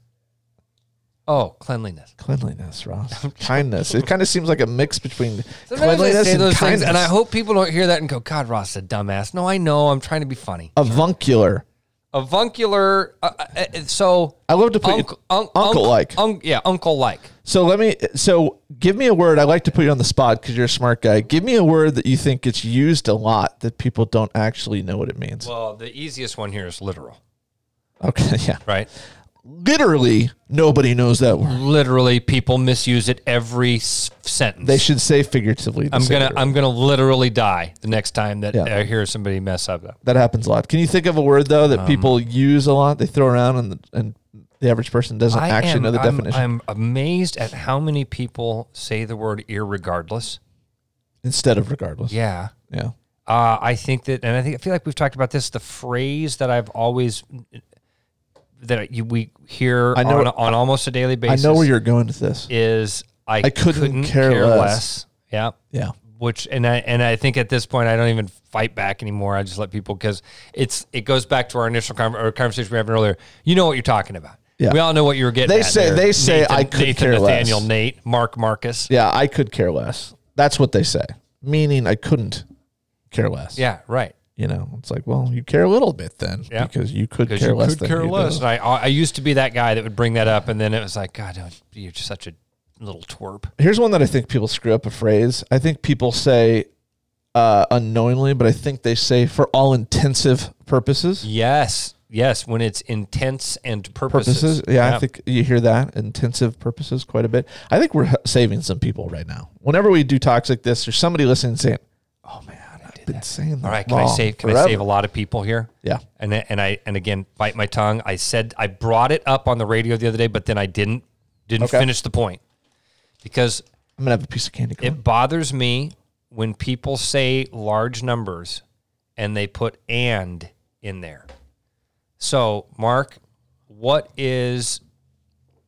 [SPEAKER 3] Oh, cleanliness.
[SPEAKER 2] Cleanliness, Ross. kindness. It kind of seems like a mix between
[SPEAKER 3] Sometimes I
[SPEAKER 2] cleanliness
[SPEAKER 3] say
[SPEAKER 2] and
[SPEAKER 3] those
[SPEAKER 2] kindness.
[SPEAKER 3] things, and I hope people don't hear that and go, "God, Ross is a dumbass." No, I know. I'm trying to be funny.
[SPEAKER 2] avuncular.
[SPEAKER 3] Avuncular. Uh, uh, uh, so
[SPEAKER 2] I love to put
[SPEAKER 3] uncle, un-
[SPEAKER 2] uncle-like.
[SPEAKER 3] unc- yeah, uncle like.
[SPEAKER 2] So let me. So give me a word. I like to put you on the spot because you're a smart guy. Give me a word that you think gets used a lot that people don't actually know what it means.
[SPEAKER 3] Well, the easiest one here is literal,
[SPEAKER 2] okay, yeah.
[SPEAKER 3] right?
[SPEAKER 2] Literally, nobody knows that word.
[SPEAKER 3] Literally, people misuse it every s- sentence.
[SPEAKER 2] They should say figuratively. the
[SPEAKER 3] I'm
[SPEAKER 2] same
[SPEAKER 3] gonna,
[SPEAKER 2] word.
[SPEAKER 3] I'm gonna literally die the next time that
[SPEAKER 2] Yeah.
[SPEAKER 3] I hear somebody mess up. That.
[SPEAKER 2] that happens a lot. Can you think of a word though
[SPEAKER 3] Um,
[SPEAKER 2] that people use a lot? They throw around and and the average person doesn't
[SPEAKER 3] I
[SPEAKER 2] actually
[SPEAKER 3] am-
[SPEAKER 2] know the
[SPEAKER 3] I'm-
[SPEAKER 2] definition.
[SPEAKER 3] I'm amazed at how many people say the word irregardless.
[SPEAKER 2] instead of regardless.
[SPEAKER 3] Yeah.
[SPEAKER 2] Yeah.
[SPEAKER 3] Uh, I think that, and I think I feel like we've talked about this. The phrase that I've always that you, we hear
[SPEAKER 2] I know-
[SPEAKER 3] on, on almost a daily
[SPEAKER 2] I
[SPEAKER 3] basis.
[SPEAKER 2] know where you're going with this.
[SPEAKER 3] is I,
[SPEAKER 2] I couldn't care less.
[SPEAKER 3] Yeah,
[SPEAKER 2] Yeah.
[SPEAKER 3] which and I and I think at this point I don't even fight back anymore. I just let people because it's it goes back to our initial con- or conversation we were having earlier. You know what you're talking about.
[SPEAKER 2] Yeah.
[SPEAKER 3] We all know what you were getting.
[SPEAKER 2] They
[SPEAKER 3] at
[SPEAKER 2] say-
[SPEAKER 3] there.
[SPEAKER 2] they say
[SPEAKER 3] Nathan,
[SPEAKER 2] I could
[SPEAKER 3] Nathan,
[SPEAKER 2] care less.
[SPEAKER 3] Nathaniel, Nate, Mark, Marcus.
[SPEAKER 2] Yeah, I could care less. That's what they say. Meaning I couldn't care less.
[SPEAKER 3] Yeah, right.
[SPEAKER 2] You know, it's like, well, you care a little bit then.
[SPEAKER 3] Yeah.
[SPEAKER 2] Because you could
[SPEAKER 3] Because
[SPEAKER 2] care
[SPEAKER 3] you
[SPEAKER 2] less
[SPEAKER 3] could
[SPEAKER 2] than
[SPEAKER 3] care
[SPEAKER 2] you
[SPEAKER 3] less.
[SPEAKER 2] do.
[SPEAKER 3] And I I used to be that guy that would bring that up, and then it was like, God, no, you're just such a little twerp.
[SPEAKER 2] Here's one that I think people screw up a phrase. I think people say uh, unknowingly, but I think they say for all intensive purposes.
[SPEAKER 3] Yes, yes. When it's intense and purposes.
[SPEAKER 2] Purposes. Yeah, I think you hear that intensive purposes quite a bit. I think we're h- saving some people right now. Whenever we do toxic this, there's somebody listening saying, "Oh man, I've been saying that."
[SPEAKER 3] All right, can I
[SPEAKER 2] wrong
[SPEAKER 3] save? Can I
[SPEAKER 2] forever."
[SPEAKER 3] save a lot of people here?
[SPEAKER 2] Yeah.
[SPEAKER 3] And then- and I and again bite my tongue. I said I brought it up on the radio the other day, but then I didn't didn't
[SPEAKER 2] Okay.
[SPEAKER 3] finish the point because
[SPEAKER 2] I'm gonna have a piece of candy. corn.
[SPEAKER 3] it bothers me when people say large numbers and they put and in there. So, Mark, what is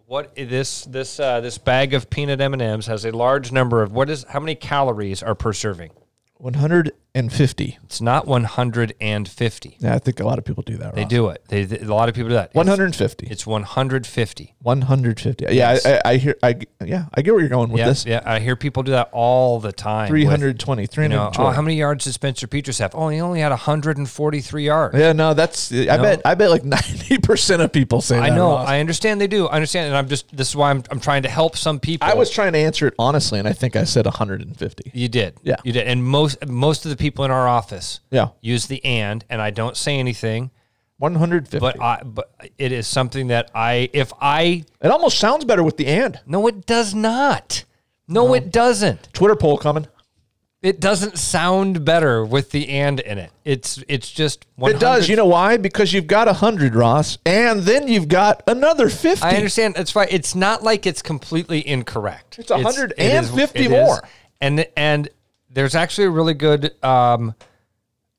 [SPEAKER 3] what i- this this uh, this bag of peanut M and M's has a large number of what is how many calories are per serving?
[SPEAKER 2] 150.
[SPEAKER 3] It's not one hundred and fifty.
[SPEAKER 2] Yeah, I think a lot of people do that.
[SPEAKER 3] They
[SPEAKER 2] wrong.
[SPEAKER 3] do it. They, they- a lot of people do that. It's-
[SPEAKER 2] 150.
[SPEAKER 3] It's 150.
[SPEAKER 2] 150. Yeah,
[SPEAKER 3] Yes.
[SPEAKER 2] I, I, I hear. I g- yeah, I get where you're going with
[SPEAKER 3] Yeah,
[SPEAKER 2] this.
[SPEAKER 3] yeah. I hear people do that all the time. with,
[SPEAKER 2] 320.
[SPEAKER 3] you know,
[SPEAKER 2] 320.
[SPEAKER 3] oh, how many yards did Spencer Petras have? Oh, he only had 143 yards.
[SPEAKER 2] yeah, no, that's. I bet. I bet like 90 percent of people say.
[SPEAKER 3] I
[SPEAKER 2] that,
[SPEAKER 3] know.
[SPEAKER 2] Ross.
[SPEAKER 3] I understand they do. I understand, and I'm just. This is why I'm. I'm trying to help some people.
[SPEAKER 2] I was trying to answer it honestly, and I think I said 150.
[SPEAKER 3] You did.
[SPEAKER 2] Yeah.
[SPEAKER 3] You did. And most most of the people in our office.
[SPEAKER 2] Yeah.
[SPEAKER 3] Use the and, and I don't say anything.
[SPEAKER 2] 150.
[SPEAKER 3] But I. But it is something that I. If I.
[SPEAKER 2] it almost sounds better with the and.
[SPEAKER 3] No, it does not. No, it doesn't.
[SPEAKER 2] Twitter poll coming.
[SPEAKER 3] It doesn't sound better with the and in it. It's it's just. 100
[SPEAKER 2] It does. You know why? Because you've got 100, Ross, and then you've got another 50.
[SPEAKER 3] I understand. That's why it's not like it's completely incorrect.
[SPEAKER 2] It's 150
[SPEAKER 3] it
[SPEAKER 2] more.
[SPEAKER 3] And and there's actually a really good. Um,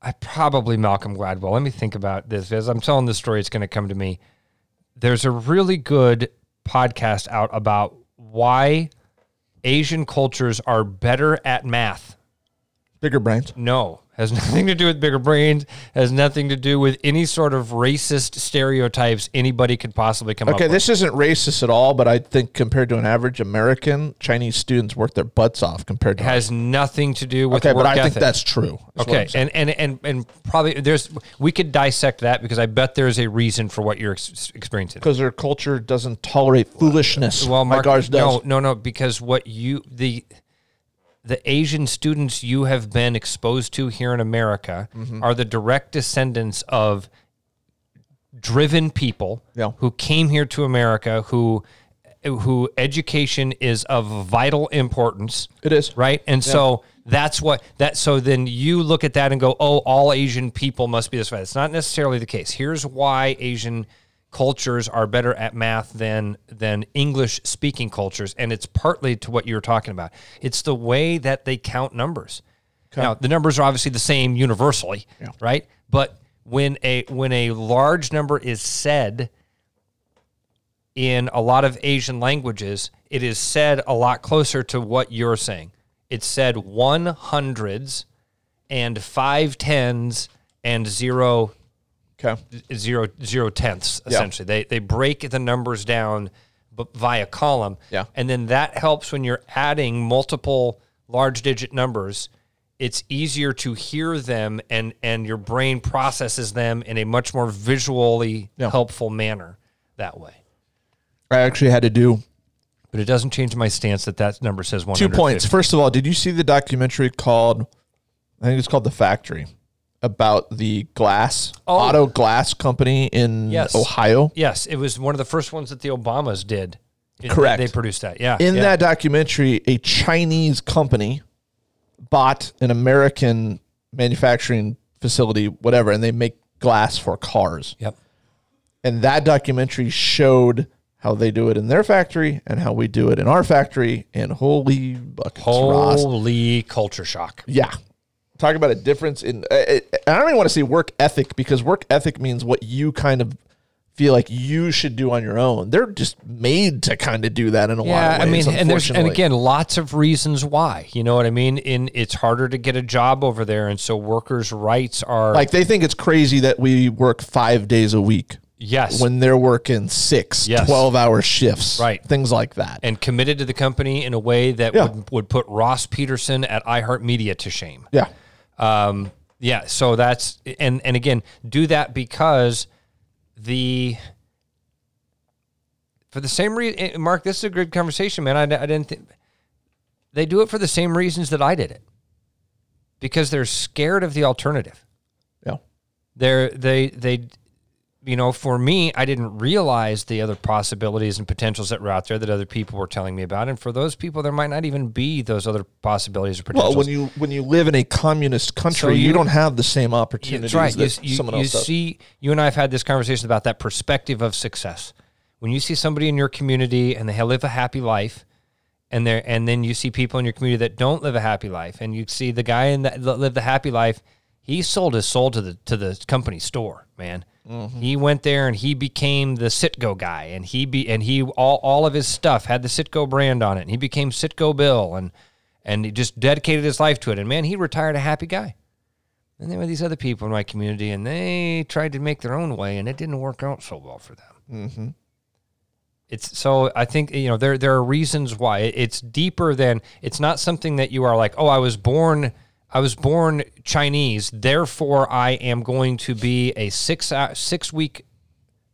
[SPEAKER 3] I probably Malcolm Gladwell. Let me think about this as I'm telling this story. It's going to come to me. There's a really good podcast out about why Asian cultures are better at math
[SPEAKER 2] Bigger brains.
[SPEAKER 3] no, has nothing to do with bigger brains, has nothing to do with any sort of racist stereotypes anybody could possibly come
[SPEAKER 2] Okay,
[SPEAKER 3] up with.
[SPEAKER 2] this isn't racist at all, but I think compared to an average American, Chinese students work their butts off compared to.
[SPEAKER 3] Has nothing to do with
[SPEAKER 2] okay,
[SPEAKER 3] work
[SPEAKER 2] but I
[SPEAKER 3] ethic.
[SPEAKER 2] think that's true. is what I'm
[SPEAKER 3] okay,
[SPEAKER 2] saying.
[SPEAKER 3] and, and and and probably there's we could dissect that because I bet there's a reason for what you're ex- experiencing.
[SPEAKER 2] because their culture doesn't tolerate foolishness
[SPEAKER 3] Well, Mark,
[SPEAKER 2] like ours does.
[SPEAKER 3] no, no, no, because what you the the Asian students you have been exposed to here in America
[SPEAKER 2] Mm-hmm.
[SPEAKER 3] are the direct descendants of driven people
[SPEAKER 2] Yeah.
[SPEAKER 3] who came here to America who who education is of vital importance.
[SPEAKER 2] It is.
[SPEAKER 3] Right? And so that's what that so then you look at that and go, "Oh, all Asian people must be this way." It's not necessarily the case. Here's why Asian cultures are better at math than than English speaking cultures, and it's partly to what you were talking about. It's the way that they count numbers. Now, the numbers are obviously the same universally, right? But when a when a large number is said, in a lot of Asian languages, it is said a lot closer to what you're saying. It's said one hundreds and five tens and zero
[SPEAKER 2] Okay.
[SPEAKER 3] zero zero tenths essentially. They they break the numbers down b- via column.
[SPEAKER 2] Yeah.
[SPEAKER 3] And then that helps when you're adding multiple large digit numbers. It's easier to hear them and and your brain processes them in a much more visually
[SPEAKER 2] Yeah.
[SPEAKER 3] helpful manner that way.
[SPEAKER 2] I actually had to do
[SPEAKER 3] But it doesn't change my stance that that number says one.
[SPEAKER 2] two points. First of all, did you see the documentary called, I think it's called The Factory, about the glass, auto glass company in
[SPEAKER 3] Oh. Yes.
[SPEAKER 2] Ohio?
[SPEAKER 3] Yes, it was one of the first ones that the Obamas did. It-
[SPEAKER 2] Correct.
[SPEAKER 3] They produced that. Yeah.
[SPEAKER 2] In
[SPEAKER 3] yeah.
[SPEAKER 2] that documentary, a Chinese company bought an American manufacturing facility, whatever, and they make glass for cars.
[SPEAKER 3] Yep.
[SPEAKER 2] and that documentary showed how they do it in their factory and how we do it in our factory and holy buckets Ross.
[SPEAKER 3] Holy culture shock.
[SPEAKER 2] yeah talk about a difference in uh, it, i don't even want to say work ethic because work ethic means what you kind of feel like you should do on your own. They're just made to kind of do that in a
[SPEAKER 3] Yeah,
[SPEAKER 2] lot
[SPEAKER 3] I
[SPEAKER 2] of ways.
[SPEAKER 3] mean, and there's and
[SPEAKER 2] unfortunately.
[SPEAKER 3] again, lots of reasons why. You know what I mean? In it's harder to get a job over there, and so workers' rights are
[SPEAKER 2] like they think it's crazy that we work five days a week
[SPEAKER 3] yes,
[SPEAKER 2] when they're working six,
[SPEAKER 3] Yes.
[SPEAKER 2] 12 hour shifts,
[SPEAKER 3] Right.
[SPEAKER 2] Things like that.
[SPEAKER 3] and committed to the company in a way that
[SPEAKER 2] Yeah.
[SPEAKER 3] would, would put Ross Peterson at iHeartMedia to shame.
[SPEAKER 2] yeah.
[SPEAKER 3] Um, yeah, so that's and and again, do that because the for the same reason, Mark. This is a good conversation, man. I, I didn't think they do it for the same reasons that I did it because they're scared of the alternative.
[SPEAKER 2] Yeah.
[SPEAKER 3] They're they they you know for me i didn't realize the other possibilities and potentials that were out there that other people were telling me about and for those people there might not even be those other possibilities or potentials
[SPEAKER 2] Well, when you when you live in a communist country, you,
[SPEAKER 3] you-
[SPEAKER 2] don't have the same
[SPEAKER 3] Yeah,
[SPEAKER 2] opportunities
[SPEAKER 3] That's right. You,
[SPEAKER 2] that
[SPEAKER 3] you-
[SPEAKER 2] someone
[SPEAKER 3] you
[SPEAKER 2] else does.
[SPEAKER 3] see, you and I have had this conversation about that perspective of success. When you see somebody in your community and they live a happy life, and they and then you see people in your community that don't live a happy life, and you see the guy in that that lived the happy life, he sold his soul to the to the company store, man.
[SPEAKER 2] Mm-hmm.
[SPEAKER 3] He went there and he became the Sitgo guy, and he be and he all all of his stuff had the Sitgo brand on it, and he became Sitgo Bill, and and he just dedicated his life to it, and man, he retired a happy guy. And there were these other people in my community, and they tried to make their own way, and it didn't work out so well for them. Mm-hmm. It's so I think you know there there are reasons why It- it's deeper than it's not something that you are like oh I was born I was born Chinese therefore I am going to be a six uh, hour, six week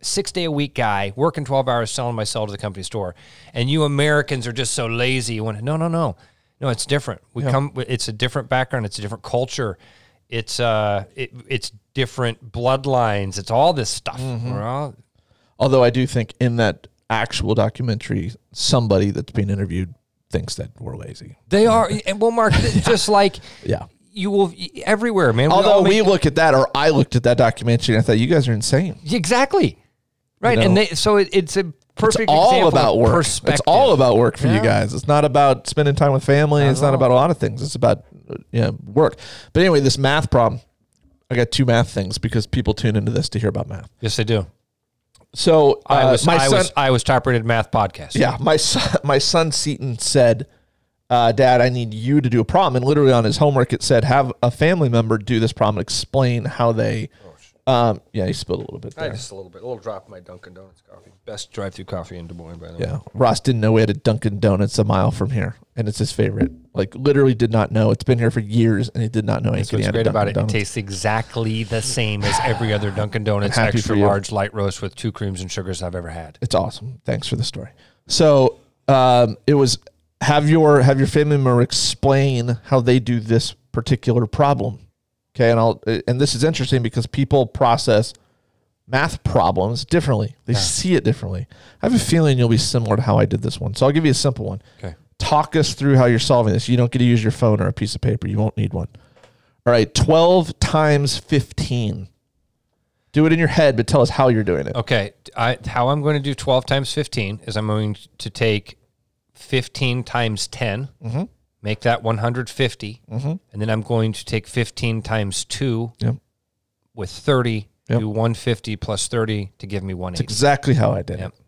[SPEAKER 3] six day a week guy working 12 hours selling my cell to the company store and you americans are just so lazy when no no no no it's different we come it's a different background it's a different culture it's uh it, it's different bloodlines it's all this stuff
[SPEAKER 2] Mm-hmm.
[SPEAKER 3] we're all
[SPEAKER 2] Although I do think in that actual documentary, somebody that's being interviewed thinks that we're lazy.
[SPEAKER 3] they are and well mark just like
[SPEAKER 2] Yeah.
[SPEAKER 3] you will everywhere man We all
[SPEAKER 2] Although
[SPEAKER 3] make-
[SPEAKER 2] we look at that, or I looked at that documentary, and I thought you guys are insane.
[SPEAKER 3] exactly right
[SPEAKER 2] know.
[SPEAKER 3] and they so it, it's a perfect
[SPEAKER 2] it's all
[SPEAKER 3] example
[SPEAKER 2] about
[SPEAKER 3] of
[SPEAKER 2] work.
[SPEAKER 3] perspective.
[SPEAKER 2] It's all about work for you
[SPEAKER 3] Yeah.
[SPEAKER 2] guys. It's not about spending time with family. It's not about a lot of things. It's about uh, yeah work. But anyway, this math problem. I got two math things because people tune into this to hear about math.
[SPEAKER 3] yes they do
[SPEAKER 2] So uh,
[SPEAKER 3] i was
[SPEAKER 2] my
[SPEAKER 3] i
[SPEAKER 2] son,
[SPEAKER 3] was i was top rated math podcast
[SPEAKER 2] yeah, my son, my son Seaton said, uh, "Dad, I need you to do a problem." And literally on his homework, it said, "Have a family member do this problem. Explain how they."
[SPEAKER 3] Oh,
[SPEAKER 2] Um, yeah, he spilled a little bit there.
[SPEAKER 5] just a little bit, a little drop of my Dunkin' Donuts coffee. Best drive-through coffee in Des Moines, by the way.
[SPEAKER 2] Yeah. Ross didn't know we had a Dunkin' Donuts a mile from here, and it's his favorite. Like, literally did not know. It's been here for years, and he did not know
[SPEAKER 3] So
[SPEAKER 2] anything
[SPEAKER 3] what's
[SPEAKER 2] had a
[SPEAKER 3] great about
[SPEAKER 2] Dunkin'
[SPEAKER 3] it,
[SPEAKER 2] Donuts.
[SPEAKER 3] it tastes exactly the same as every other Dunkin' Donuts
[SPEAKER 2] happy for
[SPEAKER 3] extra
[SPEAKER 2] you.
[SPEAKER 3] large light roast with two creams and sugars I've ever had.
[SPEAKER 2] It's awesome. Thanks for the story. So, um, it was have your have your family member explain how they do this particular problem. Okay, and I'll and this is interesting because people process math problems differently. They see it differently. I have a feeling you'll be similar to how I did this one. So I'll give you a simple one.
[SPEAKER 3] Okay.
[SPEAKER 2] Talk us through how you're solving this. You don't get to use your phone or a piece of paper. You won't need one. All right, 12 times 15. Do it in your head, but tell us how you're doing it.
[SPEAKER 3] Okay, I, how I'm going to do 12 times 15 is I'm going to take 15 times 10,
[SPEAKER 2] Mm-hmm.
[SPEAKER 3] make that 150, and then I'm going to take 15 times 2
[SPEAKER 2] Yep.
[SPEAKER 3] with 30,
[SPEAKER 2] Yep.
[SPEAKER 3] do 150 plus 30 to give me 180.
[SPEAKER 2] exactly how I did
[SPEAKER 3] Yep.
[SPEAKER 2] it.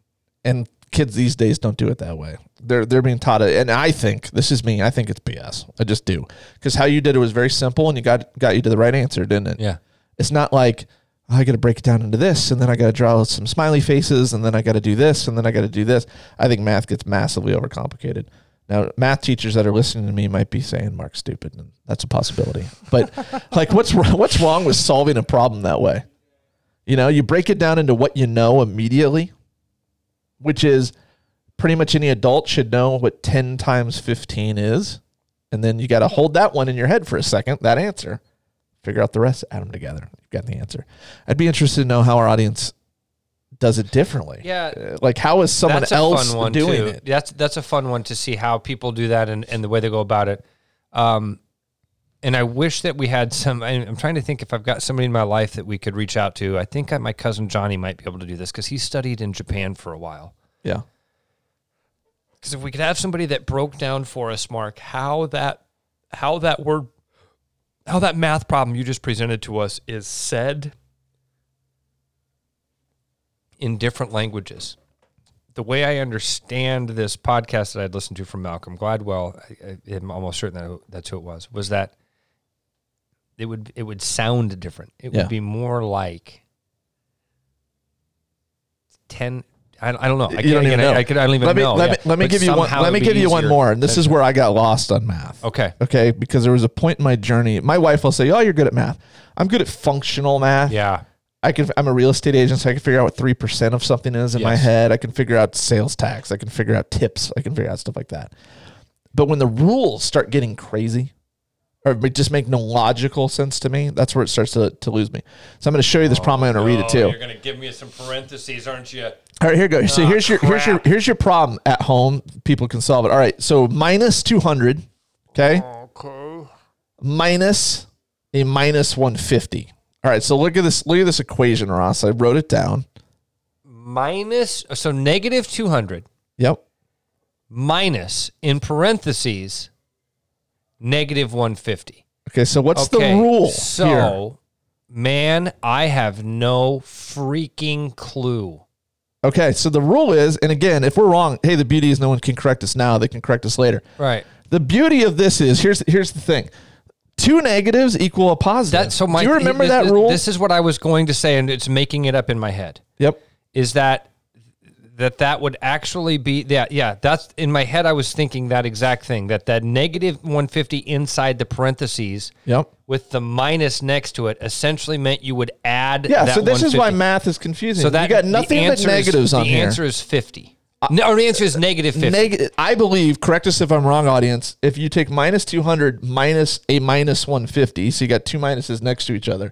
[SPEAKER 2] And kids these days don't do it that way. They're they're being taught it, and I think this is me. I think it's BS. I just do because how you did it was very simple, and you got got you to the right answer, didn't it?
[SPEAKER 3] Yeah.
[SPEAKER 2] It's not like "Oh, I got to break it down into this, and then I got to draw some smiley faces, and then I got to do this, and then I got to do this. I think math gets massively overcomplicated. Now, math teachers that are listening to me might be saying Mark's stupid, and that's a possibility. But like, what's wr- what's wrong with solving a problem that way? You know, you break it down into what you know immediately, which is pretty much any adult should know what 10 times 15 is. And then you got to hold that one in your head for a second, that answer. Figure out the rest, add them together. You've got the answer. I'd be interested to know how our audience does it differently.
[SPEAKER 3] Yeah.
[SPEAKER 2] Uh, Like, how is someone else doing
[SPEAKER 3] too.
[SPEAKER 2] it?
[SPEAKER 3] That's that's a fun one to see how people do that and, and the way they go about it. Um, and I wish that we had some. I- I'm trying to think if I've got somebody in my life that we could reach out to. I think I, my cousin Johnny might be able to do this because he studied in Japan for a while.
[SPEAKER 2] Yeah.
[SPEAKER 3] Because if we could have somebody that broke down for us, Mark, how that how that word how that math problem you just presented to us is said in different languages. The way I understand this podcast that I'd listened to from Malcolm Gladwell, I, I am almost certain that that's who it was, was that it would it would sound different. It
[SPEAKER 2] Yeah.
[SPEAKER 3] would be more like ten. I, I don't know. I,
[SPEAKER 2] You
[SPEAKER 3] can't,
[SPEAKER 2] don't even
[SPEAKER 3] I,
[SPEAKER 2] know.
[SPEAKER 3] I, could, I don't even
[SPEAKER 2] let me,
[SPEAKER 3] know.
[SPEAKER 2] Let
[SPEAKER 3] yeah.
[SPEAKER 2] me, let me
[SPEAKER 3] But
[SPEAKER 2] give you one.
[SPEAKER 3] somehow
[SPEAKER 2] Let me
[SPEAKER 3] it'd be
[SPEAKER 2] give you one
[SPEAKER 3] easier
[SPEAKER 2] more, and this
[SPEAKER 3] than-
[SPEAKER 2] is where I got lost on math.
[SPEAKER 3] Okay.
[SPEAKER 2] Okay, because there was a point in my journey. My wife will say, "Oh, you're good at math. I'm good at functional math.
[SPEAKER 3] Yeah.
[SPEAKER 2] I can. I'm a real estate agent, so I can figure out what three percent of something is in my
[SPEAKER 3] Yes.
[SPEAKER 2] head. I can figure out sales tax. I can figure out tips. I can figure out stuff like that. But when the rules start getting crazy, or ma- just make no logical sense to me, that's where it starts to, to lose me. So I'm going to show you this problem. I'm going to read it too.
[SPEAKER 3] Oh gonna give me some parentheses, aren't you? Oh,
[SPEAKER 2] All right, here you go. So here's your here's your here's your problem at home. People can solve it. All right, so minus two hundred. Okay. Okay. Minus a minus one fifty. All right, so look at this. Look at this equation, Ross. I wrote it down.
[SPEAKER 3] Minus so negative two hundred
[SPEAKER 2] Yep.
[SPEAKER 3] minus in parentheses negative one fifty.
[SPEAKER 2] Okay. So what's the rule
[SPEAKER 3] So
[SPEAKER 2] here?
[SPEAKER 3] man, I have no freaking clue.
[SPEAKER 2] Okay. So the rule is, and again, if we're wrong, hey, the beauty is no one can correct us now. They can correct us later.
[SPEAKER 3] Right.
[SPEAKER 2] The beauty of this is here's here's the thing. Two negatives equal a positive.
[SPEAKER 3] That so my
[SPEAKER 2] Do you remember
[SPEAKER 3] this-
[SPEAKER 2] that
[SPEAKER 3] this-
[SPEAKER 2] rule?
[SPEAKER 3] This is what I was going to say, and it's making it up in my head.
[SPEAKER 2] yep.
[SPEAKER 3] is that that that would actually be yeah yeah that's in my head i was thinking that exact thing that that negative 150 inside the parentheses
[SPEAKER 2] Yep.
[SPEAKER 3] with the minus next to it essentially meant you would add
[SPEAKER 2] Yeah,
[SPEAKER 3] that
[SPEAKER 2] so this is why
[SPEAKER 3] 150.
[SPEAKER 2] math is confusing.
[SPEAKER 3] so that
[SPEAKER 2] you got
[SPEAKER 3] the
[SPEAKER 2] nothing but
[SPEAKER 3] answer is-
[SPEAKER 2] negatives on
[SPEAKER 3] the
[SPEAKER 2] here. Uh,
[SPEAKER 3] answer is 50 no the answer is negative 50
[SPEAKER 2] Neg- I believe, correct us if I'm wrong, audience. If you take minus 200 minus a minus 150, so you got two minuses next to each other,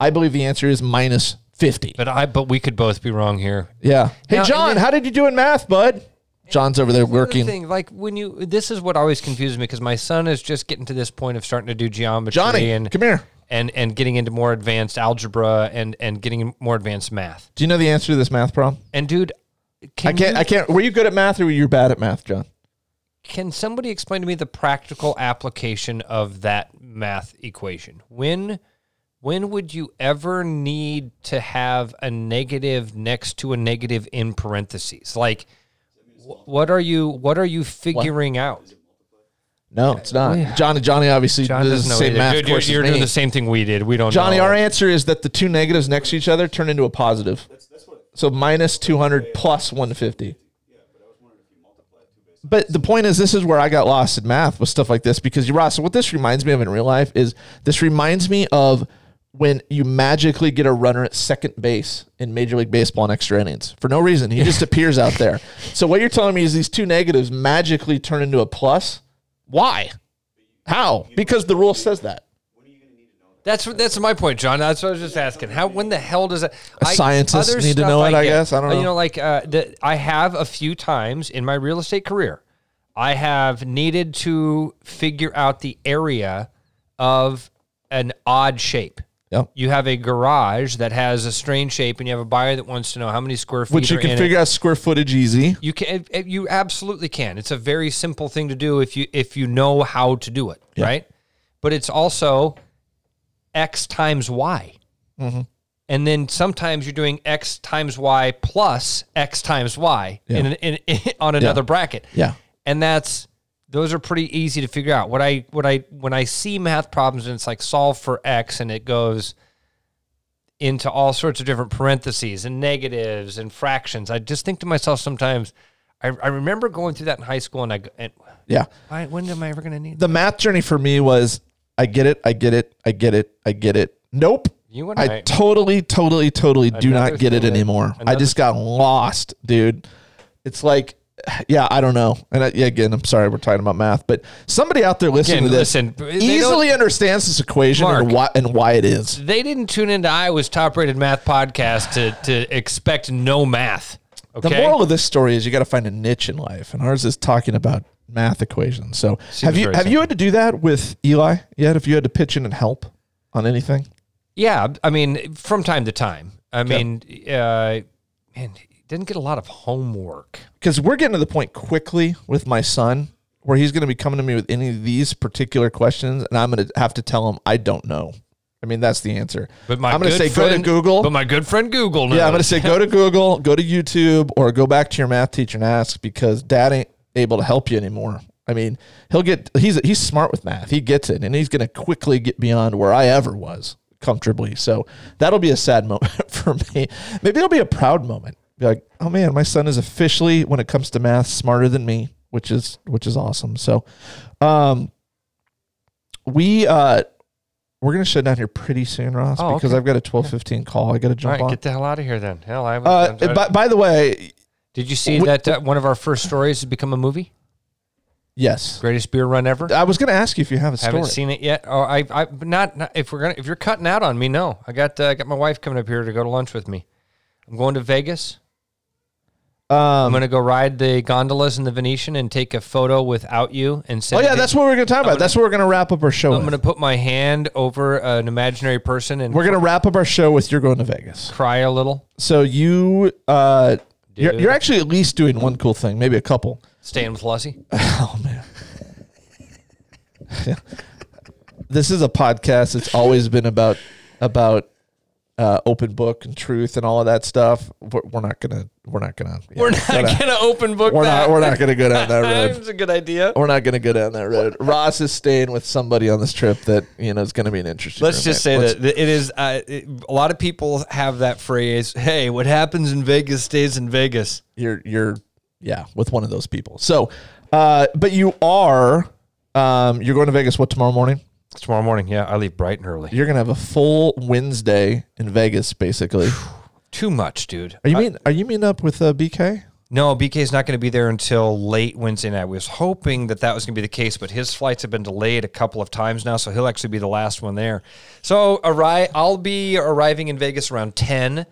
[SPEAKER 2] I believe the answer is minus 50.
[SPEAKER 3] but i but we could both be wrong here
[SPEAKER 2] Yeah. Hey,
[SPEAKER 3] Now, and
[SPEAKER 2] John,
[SPEAKER 3] then-
[SPEAKER 2] how did you do in math, bud? John's over there
[SPEAKER 3] Another
[SPEAKER 2] working.
[SPEAKER 3] thing, like when you this is what always confuses me because my son is just getting to this point of starting to do geometry
[SPEAKER 2] Johnny,
[SPEAKER 3] and
[SPEAKER 2] come here.
[SPEAKER 3] and and getting into more advanced algebra and and getting more advanced math
[SPEAKER 2] Do you know the answer to this math problem?
[SPEAKER 3] And dude, can
[SPEAKER 2] I can't.
[SPEAKER 3] you-
[SPEAKER 2] I can't. Were you good at math or were you bad at math, John?
[SPEAKER 3] can somebody explain to me the practical application of that math equation? When when would you ever need to have a negative next to a negative in parentheses? Like wh- what are you what are you figuring out?
[SPEAKER 2] No, it's not. John and Johnny obviously
[SPEAKER 3] John
[SPEAKER 2] does
[SPEAKER 3] doesn't
[SPEAKER 2] the
[SPEAKER 3] know
[SPEAKER 2] same
[SPEAKER 3] either.
[SPEAKER 2] math
[SPEAKER 3] Dude, you're,
[SPEAKER 2] course
[SPEAKER 3] you're
[SPEAKER 2] as me.
[SPEAKER 3] doing the same thing we did. We don't
[SPEAKER 2] Johnny,
[SPEAKER 3] know.
[SPEAKER 2] our answer is that the two negatives next to each other turn into a positive. So minus 200 plus 150. But the point is, this is where I got lost in math with stuff like this because you, Ross, what this reminds me of in real life is this reminds me of when you magically get a runner at second base in Major League Baseball in extra innings for no reason. He just appears out there. So what you're telling me is these two negatives magically turn into a plus? Why? How? Because the rule says that.
[SPEAKER 3] That's that's my point, John. That's what I was just asking. How when the hell does that? I-
[SPEAKER 2] Scientists
[SPEAKER 3] other
[SPEAKER 2] need to
[SPEAKER 3] stuff
[SPEAKER 2] know it, I
[SPEAKER 3] get.
[SPEAKER 2] guess. I don't
[SPEAKER 3] Uh, You
[SPEAKER 2] know.
[SPEAKER 3] know, like uh, the, I have a few times in my real estate career, I have needed to figure out the area of an odd shape.
[SPEAKER 2] Yep.
[SPEAKER 3] You have a garage that has a strange shape, and you have a buyer that wants to know how many square feet.
[SPEAKER 2] Which you
[SPEAKER 3] are
[SPEAKER 2] can
[SPEAKER 3] in it.
[SPEAKER 2] figure out square footage easy.
[SPEAKER 3] You can. it- You absolutely can. It's a very simple thing to do if you if you know how to do it, right? But it's also x times y, and then sometimes you're doing x times y plus x times y in, an- in, in on another bracket.
[SPEAKER 2] Yeah.
[SPEAKER 3] and that's those are pretty easy to figure out. What I what I when I see math problems and it's like solve for x and it goes into all sorts of different parentheses and negatives and fractions. I just think to myself sometimes, I, I remember going through that in high school and I go, and
[SPEAKER 2] Yeah.
[SPEAKER 3] why, when am I ever going to need that?
[SPEAKER 2] The math journey for me was I get it, I get it, I get it, I get it. Nope.
[SPEAKER 3] You and
[SPEAKER 2] I
[SPEAKER 3] I-
[SPEAKER 2] totally, totally, totally do not get it
[SPEAKER 3] thing that-
[SPEAKER 2] anymore. I
[SPEAKER 3] another-
[SPEAKER 2] just got lost, dude. It's like, yeah, I don't know. And I, yeah, again, I'm sorry we're talking about math, but somebody out there listening
[SPEAKER 3] Again,
[SPEAKER 2] to this
[SPEAKER 3] listen, they don't-
[SPEAKER 2] easily understands this equation and
[SPEAKER 3] Mark.
[SPEAKER 2] why and why it is.
[SPEAKER 3] They didn't tune into Iowa's top rated math podcast to, to expect no math.
[SPEAKER 2] The
[SPEAKER 3] Okay.
[SPEAKER 2] moral of this story is you got to find a niche in life, and ours is talking about math equations. So, have you
[SPEAKER 3] very
[SPEAKER 2] have you had to do that with Eli yet? If you had to pitch in and help on anything,
[SPEAKER 3] Yeah, I mean, from time to time. I mean, uh, man, he didn't get a lot of homework.
[SPEAKER 2] because we're getting to the point quickly with my son where he's going to be coming to me with any of these particular questions, and I'm going to have to tell him I don't know. I mean, that's the answer.
[SPEAKER 6] But my
[SPEAKER 2] I'm going to
[SPEAKER 6] good
[SPEAKER 2] say go to
[SPEAKER 6] friend-
[SPEAKER 2] Google.
[SPEAKER 6] But my good friend Google knows.
[SPEAKER 2] yeah, I'm going to say go to Google, go to YouTube, or go back to your math teacher and ask because dad ain't able to help you anymore. I mean, he'll get he's he's smart with math. He gets it, and he's going to quickly get beyond where I ever was comfortably. So that'll be a sad moment for me. Maybe it'll be a proud moment. Be like, oh man, my son is officially, when it comes to math, smarter than me, which is which is awesome. So, um, we uh, we're gonna shut down here pretty soon, Ross,
[SPEAKER 6] Oh,
[SPEAKER 2] because
[SPEAKER 6] okay.
[SPEAKER 2] I've got a twelve fifteen call. I got to
[SPEAKER 6] All
[SPEAKER 2] jump
[SPEAKER 6] right,
[SPEAKER 2] on.
[SPEAKER 6] get the hell out of here then. Hell, I.
[SPEAKER 2] Uh,
[SPEAKER 6] I'm-
[SPEAKER 2] by, by the way,
[SPEAKER 3] Did you see
[SPEAKER 2] We-
[SPEAKER 3] that uh, one of our first stories has become a movie?
[SPEAKER 2] yes.
[SPEAKER 3] Greatest beer run ever.
[SPEAKER 2] I was going to ask you if you have a story.
[SPEAKER 3] Haven't seen it yet. Oh, I, I, but not, not if we're gonna if you're cutting out on me. No, I got uh, I got my wife coming up here to go to lunch with me. I'm going to Vegas. I'm
[SPEAKER 2] um,
[SPEAKER 3] gonna go ride the gondolas in the Venetian and take a photo without you and
[SPEAKER 2] oh
[SPEAKER 3] send.
[SPEAKER 2] yeah,
[SPEAKER 3] it-
[SPEAKER 2] that's what we're going to talk about. that's what we're going to wrap up our show.
[SPEAKER 3] I'm
[SPEAKER 2] with.
[SPEAKER 3] gonna put my hand over an imaginary person and
[SPEAKER 2] we're going to wrap up our show with you're going to Vegas.
[SPEAKER 3] cry a little.
[SPEAKER 2] So you, uh, you're,
[SPEAKER 3] Dude.
[SPEAKER 2] you're actually at least doing one cool thing, maybe a couple.
[SPEAKER 3] Staying with Lussie.
[SPEAKER 2] Oh man. this is a podcast. It's always been about about uh, open book and truth and all of that stuff. We're, we're not gonna. We're not gonna.
[SPEAKER 6] we're not gonna open book.
[SPEAKER 2] We're
[SPEAKER 6] that.
[SPEAKER 2] not. We're not gonna go down that road.
[SPEAKER 6] That's a good idea.
[SPEAKER 2] We're not going to go down that road. Ross is staying with somebody on this trip that you know is going to be an interesting.
[SPEAKER 6] Let's just say
[SPEAKER 2] roommate. Let's-
[SPEAKER 6] that it is. Uh, it, a lot of people have that phrase. Hey, what happens in Vegas stays in Vegas.
[SPEAKER 2] you're you're yeah with one of those people. So, uh, but you are um, you're going to Vegas. What tomorrow morning?
[SPEAKER 3] Tomorrow morning. Yeah, I leave bright and early.
[SPEAKER 2] You're going to have a full Wednesday in Vegas, basically.
[SPEAKER 3] Too much, dude.
[SPEAKER 2] Are you mean? Are you meeting up with uh, BK?
[SPEAKER 3] No, BK is not going to be there until late Wednesday night. We was hoping that that was going to be the case, but his flights have been delayed a couple of times now, so he'll actually be the last one there. So arri- I'll be arriving in Vegas around 10. The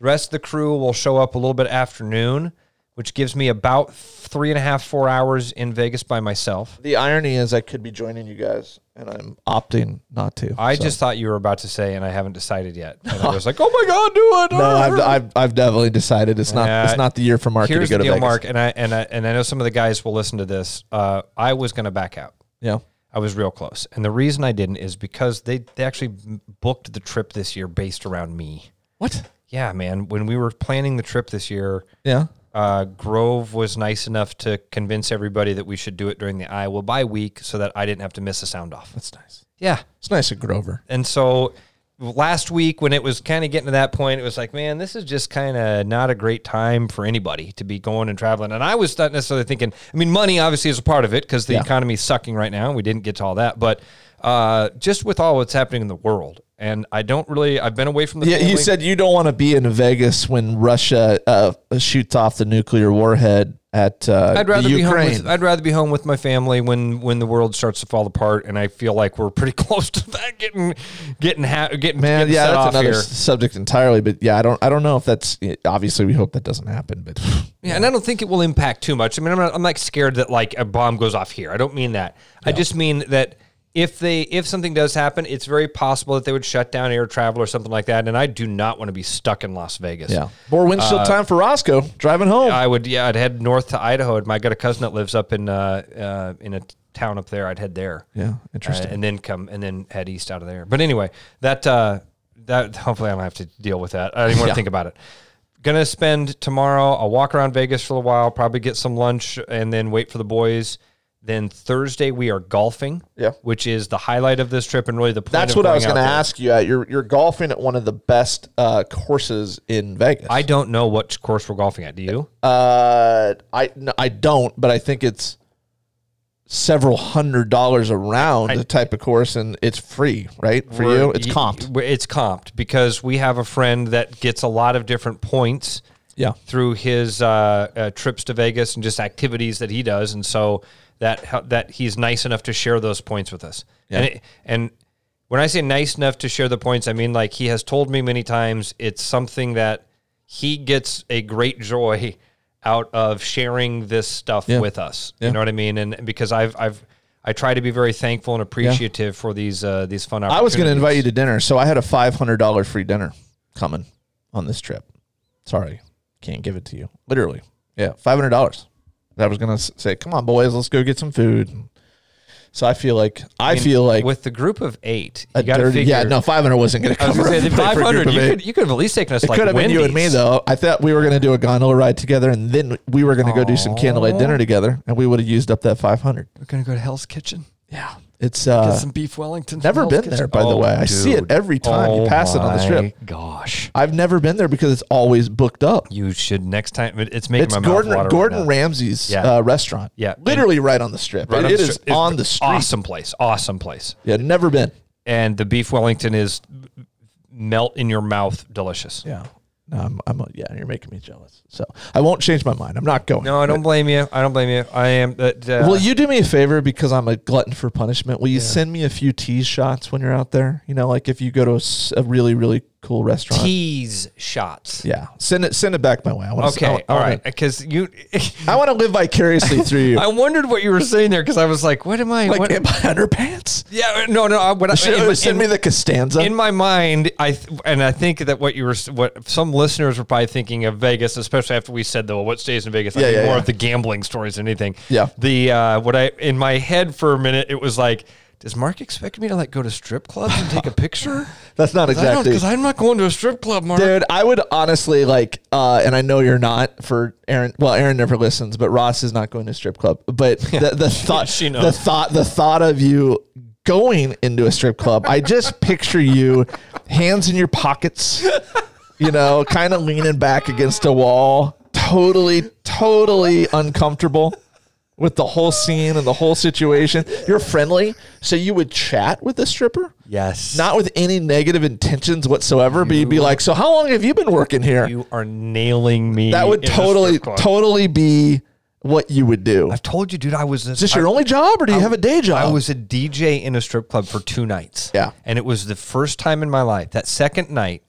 [SPEAKER 3] rest of the crew will show up a little bit afternoon, which gives me about three and a half, four hours in Vegas by myself.
[SPEAKER 2] The irony is, I could be joining you guys, and I'm opting not to.
[SPEAKER 3] I
[SPEAKER 2] So-
[SPEAKER 3] just thought you were about to say, and I haven't decided yet. And I was like, oh my God, do it.
[SPEAKER 2] no.
[SPEAKER 3] oh,
[SPEAKER 2] I've,
[SPEAKER 3] hurry."
[SPEAKER 2] I've, I've definitely decided it's not
[SPEAKER 3] Yeah.
[SPEAKER 2] it's not the year for Marky
[SPEAKER 3] Here's
[SPEAKER 2] to go to
[SPEAKER 3] the deal,
[SPEAKER 2] Vegas.
[SPEAKER 3] Mark, and I, and, I, and I know some of the guys will listen to this. Uh, I was going to back out.
[SPEAKER 2] Yeah.
[SPEAKER 3] I was real close. And the reason I didn't is because they, they actually booked the trip this year based around me.
[SPEAKER 2] What?
[SPEAKER 3] Yeah, man. When we were planning the trip this year,
[SPEAKER 2] Yeah.
[SPEAKER 3] uh, Grove was nice enough to convince everybody that we should do it during the Iowa bye week so that I didn't have to miss a sound off.
[SPEAKER 2] That's nice.
[SPEAKER 3] Yeah.
[SPEAKER 2] It's nice at Grover.
[SPEAKER 3] And so last week, when it was kind of getting to that point, it was like, man, this is just kind of not a great time for anybody to be going and traveling. And I was not necessarily thinking, I mean, money obviously is a part of it because the
[SPEAKER 2] Yeah.
[SPEAKER 3] economy's sucking right now. and We didn't get to all that. But uh, just with all what's happening in the world, and I don't really, I've been away from the
[SPEAKER 2] Yeah, you
[SPEAKER 3] family.
[SPEAKER 2] said you don't want to be in Vegas when Russia uh, shoots off the nuclear warhead at uh,
[SPEAKER 3] I'd rather
[SPEAKER 2] the
[SPEAKER 3] be home.
[SPEAKER 2] Ukraine.
[SPEAKER 3] With, I'd rather be home with my family when when the world starts to fall apart, and I feel like we're pretty close to that getting getting ha- getting
[SPEAKER 2] Man,
[SPEAKER 3] getting
[SPEAKER 2] yeah,
[SPEAKER 3] set off
[SPEAKER 2] that's another
[SPEAKER 3] here.
[SPEAKER 2] s- subject entirely. But yeah, I don't, I don't know if that's. Obviously, we hope that doesn't happen. But
[SPEAKER 3] Yeah, and I don't think it will impact too much. I mean, I'm not, I'm like scared that like a bomb goes off here. I don't mean that. I just mean that if they if something does happen, it's very possible that they would shut down air travel or something like that. And I do not want to be stuck in Las Vegas.
[SPEAKER 2] yeah, more windshield time for Roscoe driving home.
[SPEAKER 3] I would. Uh, Yeah, I'd head north to Idaho. And my I got a cousin that lives up in uh, uh in a t- town up there. I'd head there.
[SPEAKER 2] yeah,
[SPEAKER 3] Uh,
[SPEAKER 2] interesting.
[SPEAKER 3] and then come and then head east out of there. But anyway, that uh, that hopefully I don't have to deal with that. I don't even want to
[SPEAKER 2] Yeah.
[SPEAKER 3] think about it. Gonna spend tomorrow. I'll walk around Vegas for a while, probably get some lunch, and then wait for the boys. Then Thursday we are golfing.
[SPEAKER 2] Yeah.
[SPEAKER 3] which is the highlight of this trip and really the point.
[SPEAKER 2] that's
[SPEAKER 3] of
[SPEAKER 2] what I
[SPEAKER 3] going
[SPEAKER 2] was going to
[SPEAKER 3] out there.
[SPEAKER 2] ask you at. You're you're golfing at one of the best uh, courses in Vegas.
[SPEAKER 3] I don't know what course we're golfing at. Do you?
[SPEAKER 2] uh, I no, I don't, but I think it's several hundred dollars a round the type of course, and it's free, right? For
[SPEAKER 3] We're-
[SPEAKER 2] you, it's
[SPEAKER 3] y-
[SPEAKER 2] comped.
[SPEAKER 3] we're- It's comped because we have a friend that gets a lot of different points.
[SPEAKER 2] Yeah.
[SPEAKER 3] through his uh, uh, trips to Vegas and just activities that he does, and so that hel- that he's nice enough to share those points with us. And it, and when I say nice enough to share the points, I mean like he has told me many times it's something that he gets a great joy out of sharing this stuff with us. You know what I mean? And because I've I've I try to be very thankful and appreciative for these uh, these fun
[SPEAKER 2] I
[SPEAKER 3] opportunities.
[SPEAKER 2] was going to invite you to dinner, so I had a five hundred dollar free dinner coming on this trip. Sorry, can't give it to you. Literally, yeah, five hundred dollars. I was going to say, come on, boys, let's go get some food. So I feel like I, feel like
[SPEAKER 3] with the group of eight,
[SPEAKER 2] a
[SPEAKER 3] you got to
[SPEAKER 2] dirty.
[SPEAKER 3] figure.
[SPEAKER 2] Yeah, no, 500 wasn't going to
[SPEAKER 3] I was
[SPEAKER 2] cover.
[SPEAKER 3] gonna say
[SPEAKER 2] everybody
[SPEAKER 3] the
[SPEAKER 2] for a
[SPEAKER 3] five
[SPEAKER 2] group
[SPEAKER 3] hundred.
[SPEAKER 2] of
[SPEAKER 3] You
[SPEAKER 2] eight.
[SPEAKER 3] could you could have at least taken us
[SPEAKER 2] It
[SPEAKER 3] like
[SPEAKER 2] could have been you and me
[SPEAKER 3] Wendy's.
[SPEAKER 2] though. I thought we were going to do a gondola ride together, and then we were going to go do some candlelight dinner together, and we would have used up that five hundred.
[SPEAKER 7] We're gonna go to Hell's Kitchen.
[SPEAKER 2] Yeah, it's uh,
[SPEAKER 7] Get some beef Wellington. from
[SPEAKER 2] never
[SPEAKER 7] Hell's
[SPEAKER 2] been
[SPEAKER 7] Kitchen.
[SPEAKER 2] there. By the
[SPEAKER 3] Oh,
[SPEAKER 2] way, I see it
[SPEAKER 3] dude.
[SPEAKER 2] every time
[SPEAKER 3] Oh
[SPEAKER 2] you pass it on the strip.
[SPEAKER 3] my Gosh,
[SPEAKER 2] I've never been there because it's always booked up.
[SPEAKER 3] you should next time. it- It's making
[SPEAKER 2] It's
[SPEAKER 3] my mouth
[SPEAKER 2] Gordon
[SPEAKER 3] water.
[SPEAKER 2] Gordon
[SPEAKER 3] right now.
[SPEAKER 2] Ramsay's
[SPEAKER 3] Yeah.
[SPEAKER 2] uh, restaurant.
[SPEAKER 3] Yeah.
[SPEAKER 2] literally right on the strip.
[SPEAKER 3] Right
[SPEAKER 2] It-
[SPEAKER 3] on
[SPEAKER 2] it
[SPEAKER 3] the
[SPEAKER 2] is
[SPEAKER 3] strip. It's
[SPEAKER 2] on the street.
[SPEAKER 3] Awesome place. Awesome place.
[SPEAKER 2] Yeah, never been.
[SPEAKER 3] And the beef Wellington is melt in your mouth, delicious.
[SPEAKER 2] Yeah, no, I'm, I'm. Yeah, you're making me jealous. So I won't change my mind. I'm not going.
[SPEAKER 3] No, I don't blame you. I don't blame you. I am. Uh,
[SPEAKER 2] Will you do me a favor because I'm a glutton for punishment? Will you send me a few tease shots when you're out there? You know, like if you go to a, s- a really really cool restaurant.
[SPEAKER 3] tease shots?
[SPEAKER 2] yeah, Oh, send it send it back my way. I want to.
[SPEAKER 3] Okay. All right. Because you.
[SPEAKER 2] I want to live vicariously through you.
[SPEAKER 3] I wondered what you were saying there because I was like, "What am I?"
[SPEAKER 2] like
[SPEAKER 3] what-
[SPEAKER 2] in my underpants.
[SPEAKER 3] yeah, no, no. I, what I,
[SPEAKER 2] Should,
[SPEAKER 3] in my-
[SPEAKER 2] send
[SPEAKER 3] in-
[SPEAKER 2] me the Costanza.
[SPEAKER 3] in my mind, I th- and I think that what you were, what some listeners were probably thinking of Vegas, especially after we said though, what stays in Vegas? I
[SPEAKER 2] Yeah,
[SPEAKER 3] think
[SPEAKER 2] yeah,
[SPEAKER 3] more
[SPEAKER 2] yeah.
[SPEAKER 3] of the gambling stories than anything.
[SPEAKER 2] Yeah.
[SPEAKER 3] The uh, what I in my head for a minute, it was like, does Mark expect me to like go to strip clubs and take a picture?
[SPEAKER 2] That's not exactly.
[SPEAKER 3] Because I'm not going to a strip club, Mark.
[SPEAKER 2] Dude, I would honestly like, uh, and I know you're not for Aaron. Well, Aaron never listens, but Ross is not going to strip club. But the, the thought,
[SPEAKER 3] she
[SPEAKER 2] the
[SPEAKER 3] knows.
[SPEAKER 2] thought, the thought of you going into a strip club, I just picture you, hands in your pockets, you know, kind of leaning back against a wall, totally, totally uncomfortable with the whole scene and the whole situation. You're friendly, so you would chat with the stripper
[SPEAKER 3] Yes.
[SPEAKER 2] not with any negative intentions whatsoever, but you'd be like, "So how long have you been working here?"
[SPEAKER 3] you are nailing me.
[SPEAKER 2] that would
[SPEAKER 3] in a
[SPEAKER 2] totally,
[SPEAKER 3] strip club.
[SPEAKER 2] totally be what you would do. Is
[SPEAKER 3] I've told you, dude. I was a-
[SPEAKER 2] this
[SPEAKER 3] I-
[SPEAKER 2] your only job, or do you have a day job?
[SPEAKER 3] I was a DJ in a strip club for two nights.
[SPEAKER 2] Yeah.
[SPEAKER 3] And it was the first time in my life. That second night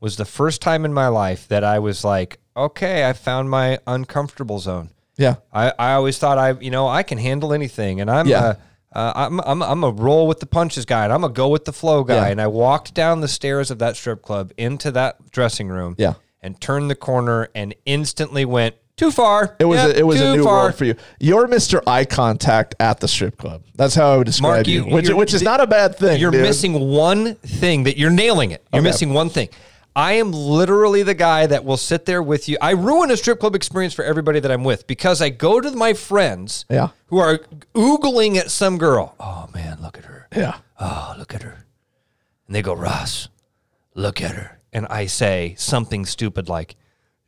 [SPEAKER 3] was the first time in my life that I was like, okay, I found my uncomfortable zone.
[SPEAKER 2] yeah,
[SPEAKER 3] I, I always thought I, you know, I can handle anything. And I'm
[SPEAKER 2] Yeah.
[SPEAKER 3] a, uh, I'm, I'm, I'm a roll with the punches guy and I'm a go with the flow guy.
[SPEAKER 2] Yeah.
[SPEAKER 3] And I walked down the stairs of that strip club into that dressing room
[SPEAKER 2] Yeah.
[SPEAKER 3] and turned the corner and instantly went too far.
[SPEAKER 2] it was
[SPEAKER 3] Yep,
[SPEAKER 2] a, it was
[SPEAKER 3] too
[SPEAKER 2] a new
[SPEAKER 3] far.
[SPEAKER 2] world for you. You're Mr. Eye Contact at the strip club. That's how I would describe
[SPEAKER 3] Mark,
[SPEAKER 2] you,
[SPEAKER 3] you-
[SPEAKER 2] which
[SPEAKER 3] you're-
[SPEAKER 2] which is not a bad thing.
[SPEAKER 3] You're
[SPEAKER 2] dude.
[SPEAKER 3] missing one thing that you're nailing it. You're
[SPEAKER 2] Okay.
[SPEAKER 3] missing one thing. I am literally the guy that will sit there with you. I ruin a strip club experience for everybody that I'm with because I go to my friends
[SPEAKER 2] Yeah.
[SPEAKER 3] who are oogling at some girl. Oh man, look at her.
[SPEAKER 2] Yeah,
[SPEAKER 3] Oh, look at her. And they go, Ross, look at her. And I say something stupid like,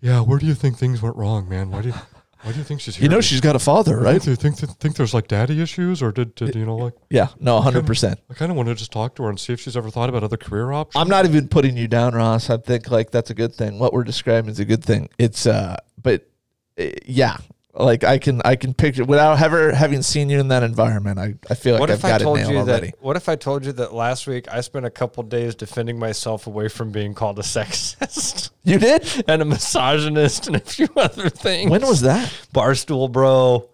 [SPEAKER 8] Yeah, where do you think things went wrong, man? Why do you, why do you think she's here?
[SPEAKER 2] you know she's got a father, right?
[SPEAKER 8] Do you think think there's like daddy issues, or did, did you know like?
[SPEAKER 2] Yeah, no, hundred percent.
[SPEAKER 8] I kind of want to just talk to her and see if she's ever thought about other career options.
[SPEAKER 2] I'm not even putting you down, Ross. I think like that's a good thing. What we're describing is a good thing. It's uh, but uh, yeah, like I can I can picture without ever having seen you in that environment. I, I feel like
[SPEAKER 3] what
[SPEAKER 2] I've
[SPEAKER 3] if I
[SPEAKER 2] got
[SPEAKER 3] told
[SPEAKER 2] it nailed
[SPEAKER 3] you
[SPEAKER 2] already.
[SPEAKER 3] that? What if I told you that last week I spent a couple days defending myself away from being called a sexist?
[SPEAKER 2] You did.
[SPEAKER 3] and a misogynist and a few other things.
[SPEAKER 2] When was that?
[SPEAKER 3] Barstool Bro?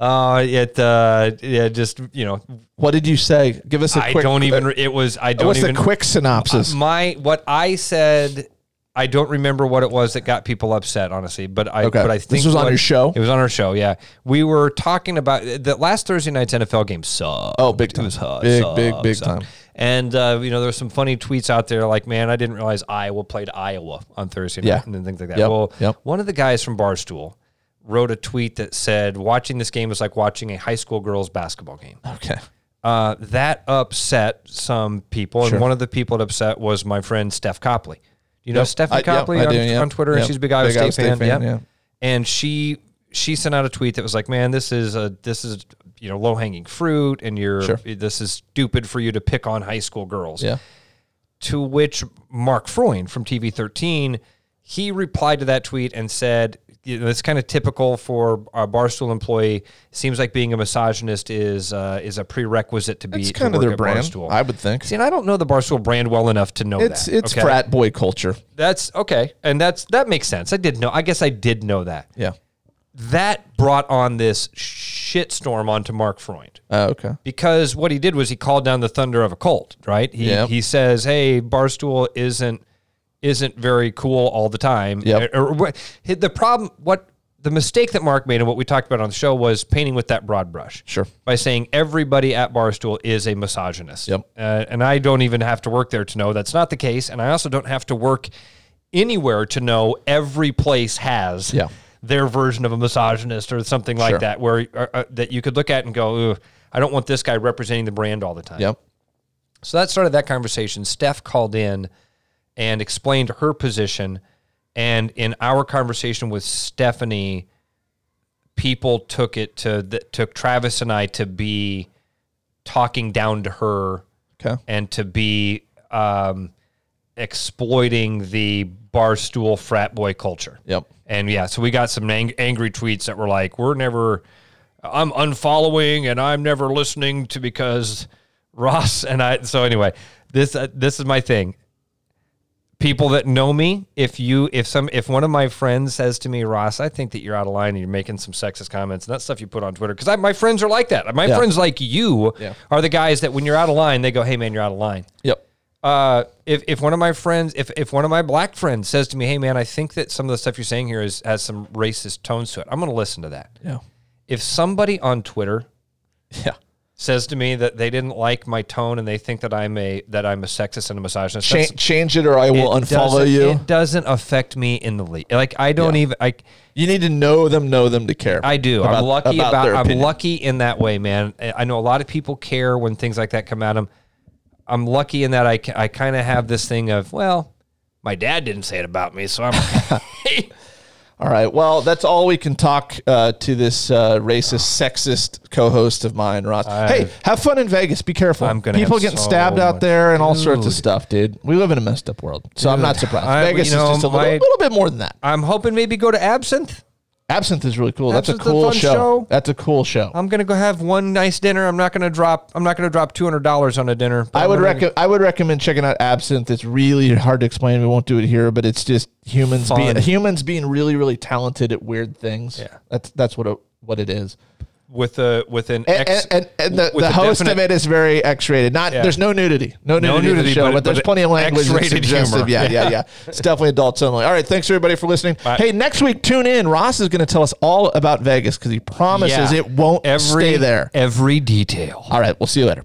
[SPEAKER 3] Uh, it uh, yeah, just you know,
[SPEAKER 2] What did you say? Give us a
[SPEAKER 3] I
[SPEAKER 2] quick.
[SPEAKER 3] don't even. It was I don't
[SPEAKER 2] what's
[SPEAKER 3] even.
[SPEAKER 2] the quick synopsis?
[SPEAKER 3] Uh, my what I said. I don't remember what it was that got people upset, honestly. But I,
[SPEAKER 2] Okay.
[SPEAKER 3] but I
[SPEAKER 2] This
[SPEAKER 3] think
[SPEAKER 2] was on
[SPEAKER 3] what-
[SPEAKER 2] your show?
[SPEAKER 3] It was on our show. Yeah, we were talking about the last Thursday night's NFL game. Sucked.
[SPEAKER 2] Oh, big
[SPEAKER 3] It was
[SPEAKER 2] time.
[SPEAKER 3] hot.
[SPEAKER 2] Big,
[SPEAKER 3] Sucked,
[SPEAKER 2] big, big
[SPEAKER 3] sucked.
[SPEAKER 2] time.
[SPEAKER 3] And uh, you know, there's some funny tweets out there like, "Man, I didn't realize Iowa played Iowa on Thursday night,"
[SPEAKER 2] Yeah.
[SPEAKER 3] and then things like that.
[SPEAKER 2] Yep,
[SPEAKER 3] Well,
[SPEAKER 2] yep.
[SPEAKER 3] one of the guys from Barstool wrote a tweet that said, "Watching this game was like watching a high school girls basketball game."
[SPEAKER 2] okay.
[SPEAKER 3] uh, that upset some people, and one of the people it upset was my friend Steph Copley. You know
[SPEAKER 2] Yep. I-
[SPEAKER 3] Stephanie
[SPEAKER 2] yep,
[SPEAKER 3] Copley
[SPEAKER 2] I
[SPEAKER 3] on,
[SPEAKER 2] do, yep,
[SPEAKER 3] on Twitter,
[SPEAKER 2] yep.
[SPEAKER 3] and she's a big Iowa
[SPEAKER 2] Big
[SPEAKER 3] State,
[SPEAKER 2] Iowa State
[SPEAKER 3] fan.
[SPEAKER 2] fan,
[SPEAKER 3] yep.
[SPEAKER 2] yeah.
[SPEAKER 3] and she she sent out a tweet that was like, "Man, this is a this is you know low hanging fruit, and you're
[SPEAKER 2] Sure.
[SPEAKER 3] this is stupid for you to pick on high school girls."
[SPEAKER 2] Yeah.
[SPEAKER 3] To which Mark Freund from TV13, he replied to that tweet and said, you know, "It's kind of typical for a barstool employee. Seems like being a misogynist is uh, is a prerequisite to be
[SPEAKER 2] It's
[SPEAKER 3] to
[SPEAKER 2] kind of
[SPEAKER 3] work
[SPEAKER 2] their
[SPEAKER 3] at
[SPEAKER 2] brand,
[SPEAKER 3] Barstool.
[SPEAKER 2] I would think.
[SPEAKER 3] See, and I don't know the barstool brand well enough to know
[SPEAKER 2] It's
[SPEAKER 3] that.
[SPEAKER 2] it's
[SPEAKER 3] okay?
[SPEAKER 2] frat boy culture.
[SPEAKER 3] That's okay, and that's that makes sense. I did know. I guess I did know that.
[SPEAKER 2] Yeah.
[SPEAKER 3] That brought on this shitstorm onto Mark Freund
[SPEAKER 2] Oh, okay.
[SPEAKER 3] because what he did was he called down the thunder of a cult, right? He
[SPEAKER 2] Yep.
[SPEAKER 3] he says, "Hey, Barstool isn't isn't very cool all the time." Er,
[SPEAKER 2] Yep.
[SPEAKER 3] Or- or what- the problem what the mistake that Mark made and what we talked about on the show was painting with that broad brush.
[SPEAKER 2] Sure.
[SPEAKER 3] By saying everybody at Barstool is a misogynist.
[SPEAKER 2] Yep.
[SPEAKER 3] Uh, and I don't even have to work there to know that's not the case. And I also don't have to work anywhere to know every place has
[SPEAKER 2] Yeah.
[SPEAKER 3] their version of a misogynist or something like
[SPEAKER 2] Sure.
[SPEAKER 3] that, where uh, uh, that you could look at and go, Ooh, I don't want this guy representing the brand all the time.
[SPEAKER 2] Yep.
[SPEAKER 3] So that started that conversation. Steph called in and explained her position. And in our conversation with Stephanie, people took it to that took Travis and I to be talking down to her
[SPEAKER 2] Okay.
[SPEAKER 3] and to be um, exploiting the barstool frat boy culture.
[SPEAKER 2] Yep.
[SPEAKER 3] And yeah, so we got some ang- angry tweets that were like, "We're never, I'm unfollowing, and I'm never listening to because Ross and I." So anyway, this uh, this is my thing. People that know me, if you if some if one of my friends says to me, Ross, I think that you're out of line and you're making some sexist comments and that stuff you put on Twitter, because my friends are like that. My
[SPEAKER 2] Yeah.
[SPEAKER 3] friends like you
[SPEAKER 2] Yeah.
[SPEAKER 3] are the guys that when you're out of line, they go, "Hey man, you're out of line."
[SPEAKER 2] Yep.
[SPEAKER 3] uh, if, if one of my friends, if, if one of my black friends says to me, hey man, I think that some of the stuff you're saying here is has some racist tones to it, I'm going to listen to that.
[SPEAKER 2] Yeah.
[SPEAKER 3] If somebody on Twitter
[SPEAKER 2] Yeah.
[SPEAKER 3] says to me that they didn't like my tone and they think that I'm a that I'm a sexist and a misogynist,
[SPEAKER 2] Cha-
[SPEAKER 3] that's-
[SPEAKER 2] change it or I will
[SPEAKER 3] it
[SPEAKER 2] unfollow
[SPEAKER 3] doesn't-
[SPEAKER 2] you.
[SPEAKER 3] It doesn't affect me in the least. Like I don't
[SPEAKER 2] Yeah.
[SPEAKER 3] even I
[SPEAKER 2] you need to know them, know them to care.
[SPEAKER 3] I do.
[SPEAKER 2] about-
[SPEAKER 3] I'm lucky
[SPEAKER 2] about
[SPEAKER 3] about,
[SPEAKER 2] their
[SPEAKER 3] I'm
[SPEAKER 2] opinion.
[SPEAKER 3] lucky in that way, man. I I know a lot of people care when things like that come at them. I'm lucky in that I, ca- I kind of have this thing of well, my dad didn't say it about me, so I'm okay.
[SPEAKER 2] All right. Well, that's all we can talk uh, to this uh, racist, sexist co-host of mine, Ross. hey, have fun in Vegas. Be careful.
[SPEAKER 3] I'm gonna
[SPEAKER 2] People
[SPEAKER 3] have
[SPEAKER 2] getting
[SPEAKER 3] so
[SPEAKER 2] stabbed out
[SPEAKER 3] much-
[SPEAKER 2] there and all sorts of stuff, dude. We live in a messed up world, so I'm not surprised.
[SPEAKER 3] I-
[SPEAKER 2] Vegas
[SPEAKER 3] you know,
[SPEAKER 2] is just a little,
[SPEAKER 3] my-
[SPEAKER 2] little bit more than that.
[SPEAKER 3] I'm hoping maybe go to Absinthe.
[SPEAKER 2] Absinthe is really cool. That's a
[SPEAKER 3] Absinthe's a
[SPEAKER 2] cool
[SPEAKER 3] fun
[SPEAKER 2] show.
[SPEAKER 3] show.
[SPEAKER 2] That's a cool show.
[SPEAKER 3] I'm gonna go have one nice dinner. I'm not gonna drop. I'm not gonna drop two hundred dollars on a dinner. but
[SPEAKER 2] I
[SPEAKER 3] I'm
[SPEAKER 2] would
[SPEAKER 3] gonna-
[SPEAKER 2] recommend. I would recommend checking out Absinthe. It's really hard to explain. We won't do it here, but it's just humans
[SPEAKER 3] Fun.
[SPEAKER 2] being humans being really, really talented at weird things.
[SPEAKER 3] Yeah.
[SPEAKER 2] that's that's what it, what it is.
[SPEAKER 3] with a with an
[SPEAKER 2] And,
[SPEAKER 3] ex,
[SPEAKER 2] and, and the,
[SPEAKER 3] with
[SPEAKER 2] the
[SPEAKER 3] a
[SPEAKER 2] host
[SPEAKER 3] definite-
[SPEAKER 2] of it is very X-rated. Not
[SPEAKER 3] Yeah.
[SPEAKER 2] there's no nudity, no nudity,
[SPEAKER 3] No
[SPEAKER 2] in the
[SPEAKER 3] nudity,
[SPEAKER 2] show, but,
[SPEAKER 3] but-
[SPEAKER 2] there's
[SPEAKER 3] but
[SPEAKER 2] plenty of language that's
[SPEAKER 3] X-rated humor.
[SPEAKER 2] suggestive. Yeah, yeah, yeah. It's definitely adults only. All right, thanks everybody for listening.
[SPEAKER 3] Bye.
[SPEAKER 2] Hey, next week tune in. Ross is going to tell us all about Vegas because he promises
[SPEAKER 3] Yeah.
[SPEAKER 2] it won't
[SPEAKER 3] every e-
[SPEAKER 2] stay there.
[SPEAKER 3] every detail.
[SPEAKER 2] All right, we'll see you later.